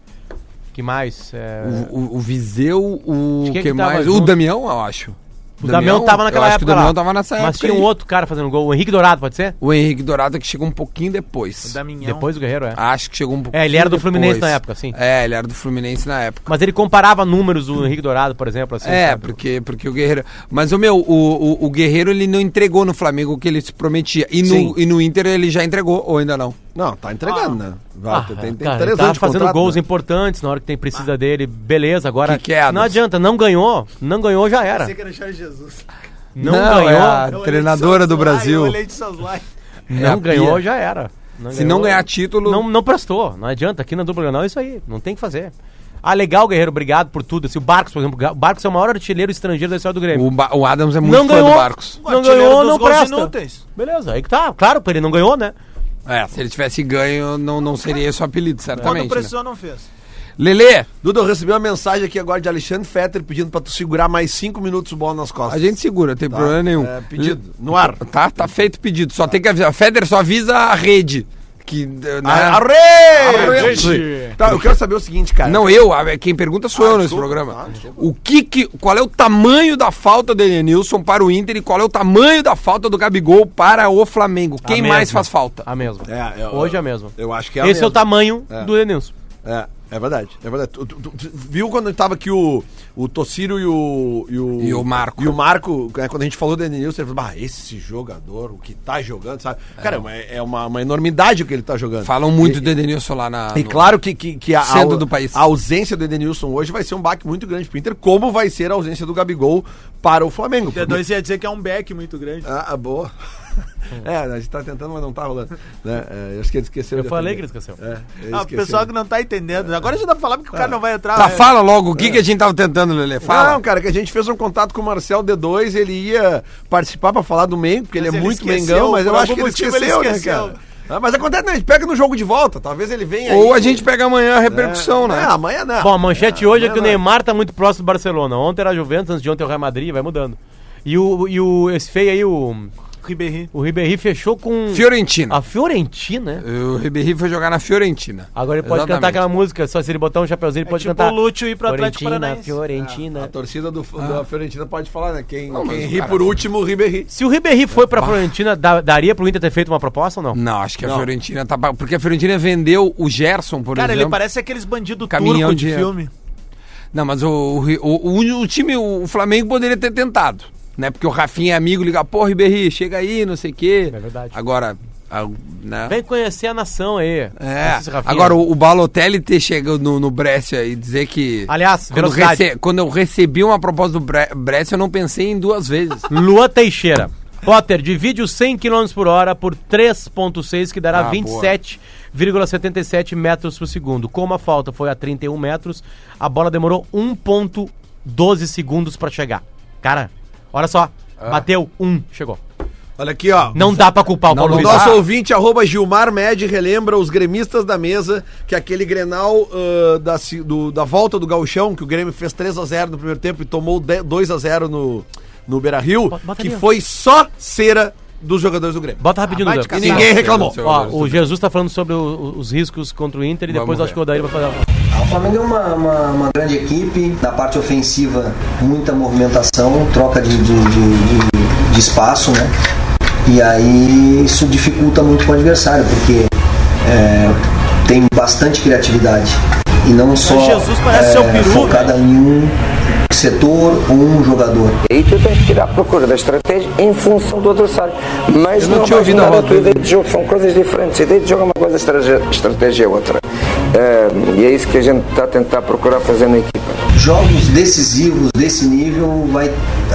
Que mais? É,
o, o- o Viseu, o
Acho que
que,
é que tava
mais? O
junto.
Damião, eu acho.
O Damião tava naquela
eu acho
época.
Que o Damião
lá.
tava nessa
Mas
época.
tinha um
aí.
outro cara fazendo gol. O Henrique Dourado, pode ser?
O Henrique Dourado que chegou um pouquinho depois.
O Damião.
Depois do Guerreiro, é.
Acho que chegou um pouquinho
É, ele era do Fluminense
depois.
na época, sim.
É, ele era do Fluminense na época.
Mas ele comparava números do Henrique Dourado, por exemplo. Assim,
É,
sabe?
porque, porque o Guerreiro. Mas o meu, o, o, o Guerreiro ele não entregou no Flamengo o que ele se prometia. E
Sim.
no, e no Inter ele já entregou, ou ainda não?
Não, tá entregando, né? Vai,
Ah,
tem, tem
cara,
três
ele
tá
tava
anos de
fazendo
contrato,
gols
né?
importantes na hora que tem precisa dele, beleza. Agora
Que que é,
não
Adams?
adianta, não ganhou, não ganhou já era.
que era Jorge Jesus.
Não,
é
ganhou,
a treinadora do
Ah,
Brasil. é a
não ganhou
pia.
já era.
Se não
é,
ganhar título.
Não, não prestou, não adianta. Aqui na dupla Granal é isso aí, não tem o que fazer. Ah, legal, Guerreiro, obrigado por tudo. Assim, o Barcos, por exemplo, o Barcos é o maior artilheiro estrangeiro da história do Grêmio.
O, Ba- o Adams é muito
não
fã
ganhou,
do Barcos.
não ganhou, não presta.
Inúteis.
Beleza, aí que tá. Claro, ele não ganhou, né?
É, se ele tivesse ganho, não, não seria esse o apelido,
Quando
certamente. Né?
precisou, não fez.
Lelê,
Duda, eu recebi uma mensagem aqui agora de Alexandre Fetter pedindo pra tu segurar mais cinco minutos o bola nas costas.
a gente segura, não tem
Tá?
problema nenhum.
É, pedido, no ar.
Tá, tá feito o pedido. Só tem que avisar. Feder só avisa a rede. Que, né?
A- Arre!
Arre!
Gente! Tá, eu quero saber o seguinte, cara.
Não, eu, a- quem pergunta sou eu nesse
desculpa.
programa.
Ah, desculpa.
o que, que qual é o tamanho da falta do Elenilson para o Inter e qual é o tamanho da falta do Gabigol para o Flamengo? Quem
mesma.
mais faz falta?
A mesma.
É, eu-
Hoje é a mesma.
Eu acho que é a
Esse é o
mesma.
tamanho
É.
do Denilson.
É, é verdade, é verdade. Tu, tu- tu- tu viu quando tava aqui o, o Tociro e o, e o.
E o Marco.
E o Marco, né, quando a gente falou do Edenilson, ele falou: "Bah, esse jogador, o que tá jogando, sabe? Cara, é uma, é uma, uma enormidade o que ele tá jogando.
Falam muito
e,
do Edenilson lá na.
E
no-
claro que, que, que a,
Centro
a-
do país.
a ausência do Edenilson hoje vai ser um baque muito grande pro Inter, como vai ser a ausência do Gabigol para o Flamengo.
D2 ia dizer que é um back muito grande.
Ah, ah, boa. é, a gente tá tentando, mas não tá rolando. Né? É, eu acho que ele esqueceu.
Eu
de
falei que ele
atender.
esqueceu.
É, ele
Ah, o
esqueceu.
né?
pessoal que não tá entendendo. Agora já dá pra falar porque o
Ah.
cara não vai entrar.
Tá,
né?
fala logo o que, que a gente tava tentando, Lelê. Fala.
Não, cara, que a gente fez um contato com o Marcel D2, ele ia participar pra falar do Mengo, porque
Mas
ele é
ele
muito
esqueceu,
Mengão, mas
por
eu acho que
algum
ele
motivo
esqueceu,
ele esqueceu.
né, cara? Ah, mas acontece, né? A gente pega no jogo de volta, talvez ele venha
Ou
aí.
a gente pega amanhã a repercussão,
é,
né?
É, amanhã não.
Bom, a manchete hoje é que o
não, não.
Neymar tá muito próximo do Barcelona. Ontem era a Juventus, antes de ontem é o Real Madrid, vai mudando. E o, e o esse feio aí, o,
Ribéry.
o Ribéry fechou com
Fiorentina.
É. a Fiorentina. né?
O Ribeirinho foi jogar na Fiorentina.
Agora ele pode
Exatamente.
cantar aquela música, só se ele botar um chapeuzinho, ele
É
pode
tipo
cantar.
o Lúcio ir pro Atlético
Fiorentina,
Paranaense. Ah, tá.
Fiorentina.
A torcida do, da Fiorentina pode falar, né? Quem,
mas
quem
o
ri
cara-
por último, o Ribéry.
Se o Ribéry foi pra Fiorentina, da- daria pro Inter ter feito uma proposta ou não?
Não, acho que a Fiorentina tá. pa- Porque a Fiorentina vendeu o Gerson, por
Cara, ele
exemplo.
parece aqueles bandidos
Caminhão
turco de,
de-
filme.
Não, mas o, o, o, o time, o Flamengo poderia ter tentado, né? Porque o Rafinha é amigo, liga, pô, Ribeirinho, chega aí, não sei o quê.
É verdade.
Agora, a- né?
Vem conhecer a nação aí.
É,
Esses Rafinha.
agora o, o Balotelli ter chegado no, no Brescia e dizer que...
Aliás,
quando,
velocidade.
rece- quando eu recebi uma proposta do Bre Brescia, eu não pensei em duas vezes.
Luan Teixeira. Potter, divide os 100 km por hora por 3.6, que dará
Ah,
27,77 metros por segundo. Como a falta foi a 31 metros, a bola demorou 1.12 segundos pra chegar. Cara, olha só. Bateu, um, chegou.
Olha aqui, ó.
Não dá pra culpar o
Ah. Não,
Paulo
não
O
Vitor.
nosso ouvinte, arroba Gilmar Med, relembra os gremistas da mesa que aquele Grenal ah, da, ci- do- da volta do gauchão, que o Grêmio fez 3x0 no primeiro tempo e tomou 2x0 no, no Beira Rio,
bota
que
ali, ó.
foi só cera dos jogadores do Grêmio.
Bota rapidinho
Ah,
no
vai
Dudu.
de
E ninguém reclamou.
Seu
Ó,
Deus,
o Jesus tá falando sobre o- o- os riscos contra o Inter e depois
Vamos
eu acho
ver.
que o Odair vai fazer. uma-
O Flamengo é uma, uma- uma grande equipe, na parte ofensiva, muita movimentação, troca de, de- de- de- de espaço, né? E aí isso dificulta muito para o adversário, porque é, tem bastante criatividade. E não só é,
Jesus parece seu peru, né?
focada em um setor ou um jogador.
E tu tens que ir à procura da estratégia em função do adversário. Mas
Eu
não,
não
não
tinha
vais
ouvido a
mudar a
voz
tua
dele.
ideia de jogo, são coisas diferentes. A ideia de jogo é uma coisa, a estratégia, estratégia é outra. Eh, e é isso que a gente está a tentar procurar fazer na equipa.
jogos decisivos desse nível vai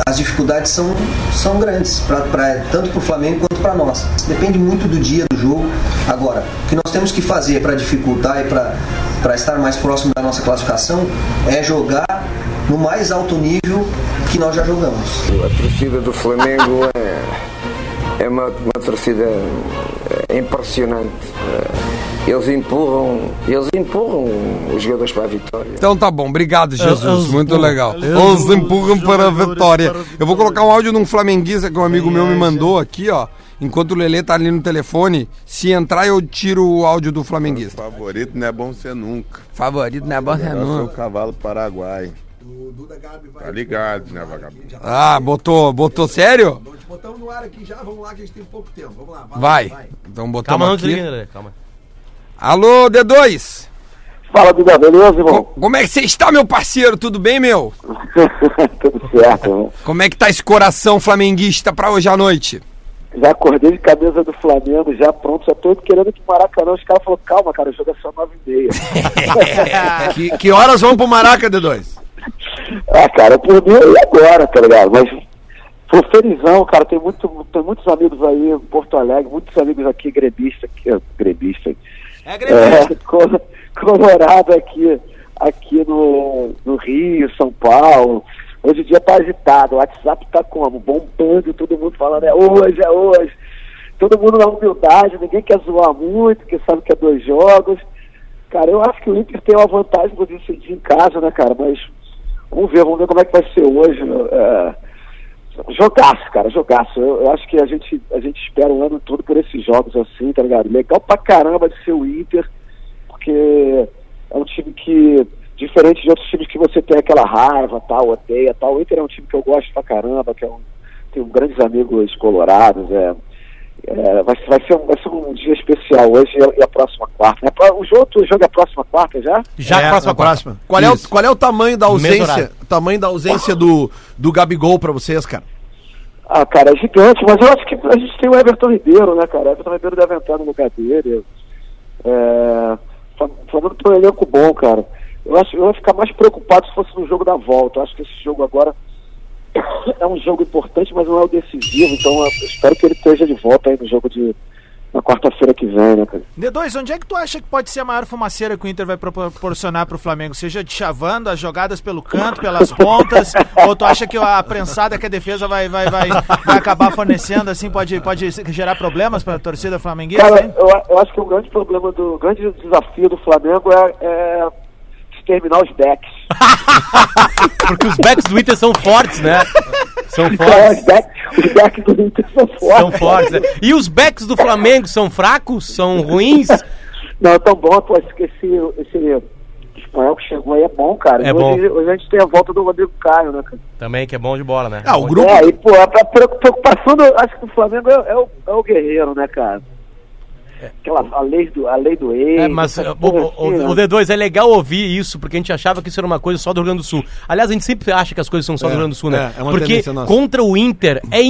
as dificuldades são, são grandes pra, pra- tanto para o Flamengo quanto para nós depende muito do dia do jogo agora o que nós temos que fazer para dificultar e para estar mais próximo da nossa classificação é jogar no mais alto nível que nós já jogamos
A torcida do Flamengo é, é uma, uma torcida eh, impressionante. Eh, Eles empurram, eles empurram os jogadores para a vitória.
Então tá bom, obrigado,
Eu-
Jesus.
eu-
Muito
eu-
legal.
eu-
Os empurram
os
para a
jogadores
vitória.
para a vitória.
Eu vou colocar um áudio de um flamenguista que um amigo meu me
é,
mandou aqui, ó. Enquanto o Lelê tá ali no telefone, se entrar eu tiro o áudio do flamenguista.
Favorito não é bom ser nunca.
Favorito na banca
Eu sou o cavalo paraguai. Tá ligado, né, vagabundo?
Ah, botou, botou sério?
Botamos no ar aqui já, vamos lá que a gente tem pouco tempo. Vamos lá,
Vai. Então botamos
Calma, não
aqui.
desliga, André. Calma.
Alô, D2.
Fala, Duda, beleza,
Co-
irmão?
Como é que você está, meu parceiro? Tudo bem, meu?
Tudo certo, né?
Como é que tá esse coração flamenguista pra hoje à noite?
Já acordei de camisa do Flamengo, já pronto, já tô querendo que Maracanã. Os caras falaram, calma, cara, o jogo é só 9 e meia.
É. Que, que horas vão pro Maraca, D2?
ah, cara, por mim e agora, tá ligado? Mas tô felizão, cara. Tem, muito, tem muitos amigos aí em Porto Alegre, muitos amigos aqui grebistas, que, grebista,
É
é, colo- colorado aqui, aqui no, no Rio, São Paulo. Hoje em dia tá agitado, o WhatsApp tá como? Bombando, todo mundo falando é hoje, é hoje. Todo mundo na humildade, ninguém quer zoar muito, porque sabe que é dois jogos. Cara, eu acho que o Inter tem uma vantagem por decidir em casa, né, cara? Mas vamos ver, vamos ver como é que vai ser hoje. né? É, Jogaço, cara, jogaço. Eu, eu acho que a gente, a gente espera o ano todo por esses jogos assim, tá ligado? Legal pra caramba de ser o Inter, porque é um time que, diferente de outros times que você tem aquela raiva, tal, odeia, tal, o Inter é um time que eu gosto pra caramba, que é um, tenho grandes amigos colorados, é. é, vai, ser- vai ser um, vai ser um dia especial hoje e a, e a próxima quarta. né? Pra- O jogo, o jogo é a próxima quarta já?
Já
é,
próxima
próxima,
quarta.
próxima. Qual é, o,
Isso.
qual é o tamanho da ausência,
horário.
tamanho da ausência do, do Gabigol pra vocês, cara?
Ah, cara, é gigante, mas eu acho que a gente tem o Everton Ribeiro, né, cara? O Everton Ribeiro deve entrar no lugar dele. É... Flam- Flamengo tem um elenco bom, cara. Eu acho eu ia ficar mais preocupado se fosse no jogo da volta. Eu acho que esse jogo agora é um jogo importante, mas não é o decisivo. Então eu espero que ele esteja de volta aí no jogo de. na quarta-feira que vem, né, cara?
D2, onde é que tu acha que pode ser a maior fumaceira que o Inter vai proporcionar pro Flamengo? Seja de chavando, as jogadas pelo canto, pelas pontas, ou tu acha que a prensada que a defesa vai, vai, vai, vai acabar fornecendo, assim, pode, pode gerar problemas pra torcida flamenguista?
Cara,
hein?
eu, a- eu acho que o grande problema do o grande desafio do Flamengo é, é exterminar os backs.
Porque os backs do Inter são fortes, né? São
É,
fortes.
os backs, os backs do Inter são fortes.
São fortes. né? E os backs do Flamengo são fracos? São ruins?
Não, é tão bom, pô, esse, esse, esse espanhol que chegou aí é bom, cara.
É
E hoje, hoje a gente tem a volta do Rodrigo Caio, né, cara?
Também, que é bom de bola, né?
Ah, o grupo.
É, e, pô, a pre- pre- preocupação do, acho que do Flamengo é, é o, é o guerreiro, né, cara? Aquela a lei do, a lei do ex.
É, mas
essas
ó, o,
coisas
o-
assim,
o- o
né?
D2 é legal ouvir isso, porque a gente achava que isso era uma coisa só do Rio Grande do Sul. Aliás, a gente sempre acha que as coisas são só do Rio Grande do Sul, né?
é, é uma
porque
tendência nossa.
contra o Inter é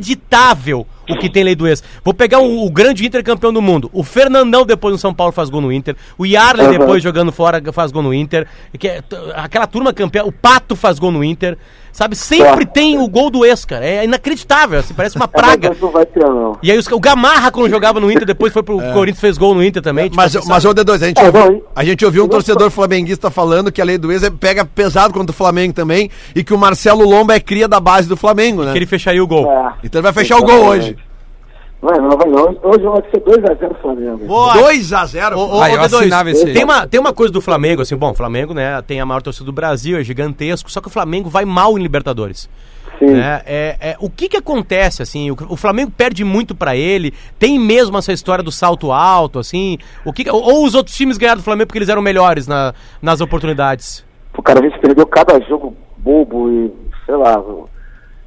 inacreditável o que tem lei do ex. Vou pegar o, o grande Inter campeão do mundo. O Fernandão depois no São Paulo faz gol no Inter. O Yarley
Aham.
depois jogando fora faz gol no Inter. Que é t- aquela turma campeã, o Pato faz gol no Inter. Sabe, sempre
Tá.
tem o gol do ex, cara. É inacreditável, assim, parece uma
É, mas
praga.
hoje não vai ter, não.
E aí os- o Gamarra, quando jogava no Inter, depois foi
É.
pro Corinthians, fez gol no Inter também. tipo,
Mas,
assim,
mas ô D2, a gente,
É,
ouviu,
vai.
a gente ouviu um torcedor flamenguista falando que a lei do ex é- pega pesado contra o Flamengo também e que o Marcelo Lomba é cria da base do Flamengo, né?
que ele fecharia o gol.
É.
Então ele vai fechar o gol hoje.
Vai, não, vai, não. Hoje vai ser 2x0 Flamengo.
Boa,
2x0.
Ô, ô,
Ah, eu
ô, D2,
assinava esse aí.
tem, uma, tem uma coisa do Flamengo, assim, bom, o Flamengo, né, tem a maior torcida do Brasil, é gigantesco, só que o Flamengo vai mal em Libertadores.
Sim.
né? É, é, o que que acontece, assim? O, o Flamengo perde muito pra ele? Tem mesmo essa história do salto alto, assim? O que, que- ou, ou os outros times ganharam do Flamengo porque eles eram melhores na- nas oportunidades?
O cara, a gente perdeu cada jogo bobo e, sei lá.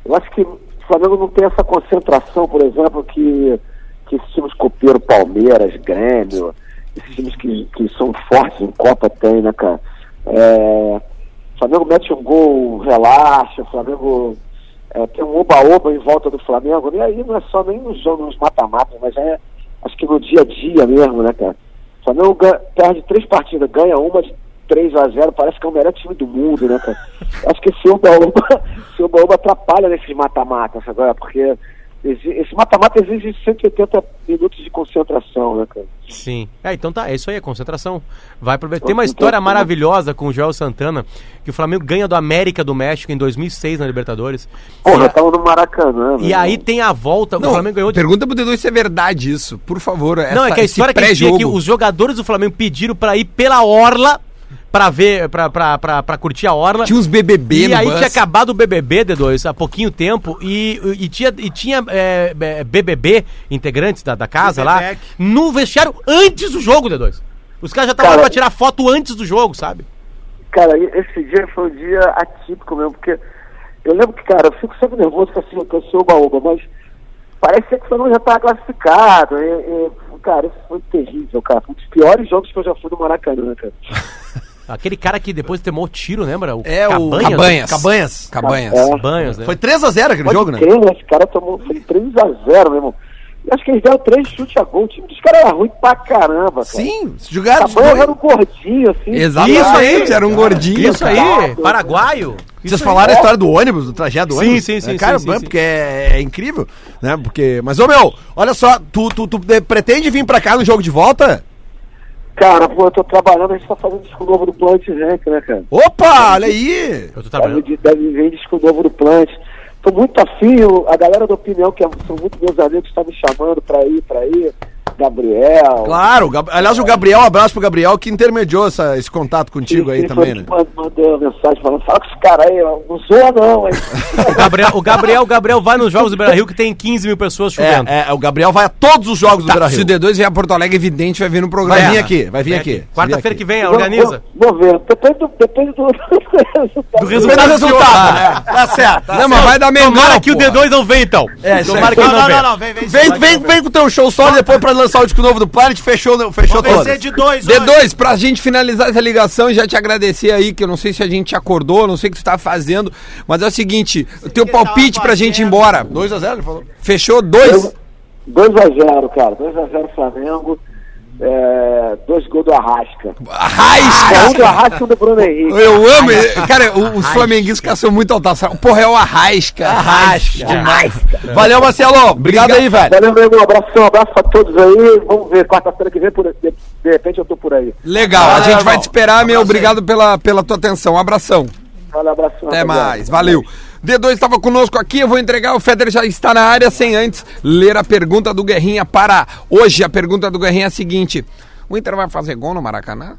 Eu acho que o Flamengo não tem essa concentração, por exemplo, que, que esses times copiam Palmeiras, Grêmio, esses times que, que são fortes em Copa tem, né, cara? É, o Flamengo mete um gol, relaxa, o Flamengo é, tem um oba-oba em volta do Flamengo, e aí não é só nem nos jogos, nos mata-matas, mas é, acho que no dia a dia mesmo, né, cara? O Flamengo ganha- perde três partidas, ganha uma de 3 a 0 parece que é o melhor time do mundo, né, cara? Acho que esse Oba-Oba esse Oba-Oba atrapalha nesses mata-matas agora, porque exi- esse mata-mata exige 180 minutos de concentração, né, cara?
Sim. É, então tá, é isso aí, é concentração. Vai aproveitar. Tem uma história maravilhosa com o Joel Santana, que o Flamengo ganha do América do México em 2006 na Libertadores.
Porra, tá eu tava no Maracanã,
É.
né?
E aí tem a volta, o Flamengo ganhou de
Pergunta pro D2 se é verdade isso, por favor.
Não, é que a
esse
história que a gente tinha é que
pré-jogo.
os jogadores do Flamengo pediram pra ir pela orla pra ver, pra, pra, pra, pra curtir a orla.
Tinha uns BBB
E aí
bus.
tinha acabado o BBB, D2, há pouquinho tempo, e, e tinha, e tinha é, é, BBB, integrantes da, da casa lá,
Bebeck.
no vestiário antes do jogo, D2. Os caras já estavam lá
Cara,
pra tirar foto antes do jogo, sabe?
Cara, e- esse dia foi um dia atípico mesmo, porque eu lembro que, cara, eu fico sempre nervoso com assim, com esse oba-oba, mas parece que o Flamengo já tava classificado. E, e, cara, isso foi terrível, cara. Foi um dos piores jogos que eu já fui no Maracanã, né, cara.
Aquele cara que depois tomou tiro, lembra? O
É o
Cabanhas.
Cabanhas.
Cabanhas.
É.
Cabanhas, né?
Foi 3x0 aquele
Pode
jogo, né?
crer, Esse cara tomou foi 3x0, meu irmão. E acho que eles deram três chutes a gol. O time dos caras era ruim pra caramba, cara.
Sim, jogaram os
Tabanho
dois.
era um gordinho, assim.
Exatamente,
Isso aí,
era um gordinho.
Isso aí, paraguaio.
Vocês falaram a história do ônibus, do trajeto do
Sim,
ônibus?
sim, sim,
É, Cara,
sim, sim,
é
sim.
porque é, é incrível, né? Porque... Mas, ô meu, olha só, tu, tu, tu de- pretende vir pra cá no jogo de volta?
Cara, pô, eu tô trabalhando, a gente tá fazendo disco novo do Plant Rank, né, cara?
Opa, olha aí!
Eu tô
Deve,
trabalhando.
de- deve vir disco novo do Plant. Tô muito afim, o- a galera da opinião, que é- são muito meus amigos, tá me chamando pra ir, pra ir. Gabriel.
Claro, o Gab- aliás, o Gabriel, um abraço pro Gabriel que intermediou essa- esse contato contigo aí
Ele
também,
foi
né?
que mand- Mandou uma mensagem falando, fala com esse cara aí, ó, não zoa não, hein?
O Gabriel, o Gabriel, o Gabriel vai nos Jogos do Beira Rio que tem 15 mil pessoas chovendo.
É, é, o Gabriel vai a todos os jogos do
Tá, se o
Brasil.
D2 vier a Porto Alegre, é evidente, vai vir no programa.
Vai vir aqui, vai vir aqui.
É. Quarta-feira que vem,
Vou-
organiza.
Vou, vou ver, depende do, depende do, do
vem. Depende do resultado, né? Tá certo.
Não, mas vai dar melhor
Tomara que o D2 não vem, então.
É, isso aí.
Tomara que ele
Não,
não
não,
venha.
não, não, vem, vem.
Vem,
vai,
vem,
vai.
vem com o teu show solo depois pra lançar o disco novo do Planet, fechou, fechou
Vou
todas.
vencer de dois, hoje.
D2, pra gente finalizar essa ligação, já te agradecer aí, que eu não sei se a gente te acordou, não sei o que tu tá fazendo, mas é o seguinte, o teu
que tava
palpite pra gente ir
fazendo.
embora.
2x0, ele falou.
Fechou? Dois?
2x0, cara. 2x0 Flamengo. É, dois gols do Arrasca. É, um
Arrasca!
do Arrasca e um do Bruno
Ah,
Henrique.
Eu amo, ele. cara, o- os flamenguistas são muito altaçados. Porra, é o Arrasca. Arrasca. Demais.
Valeu, Marcelo. Obrigado aí, velho.
Valeu, meu irmão. Abração, abraço pra todos aí. Vamos ver, quarta-feira que vem, por, de, de repente eu tô por aí.
Legal, a
Valeu,
gente vai
irmão.
te esperar, meu. Obrigado pela, pela tua atenção. Um abração.
Valeu, abração.
Até
rapaziada.
mais, valeu. D2 estava conosco aqui, eu vou entregar, o Feder já está na área sem antes ler a pergunta do Guerrinha para hoje. A pergunta do Guerrinha é a seguinte: o Inter vai fazer gol no Maracanã?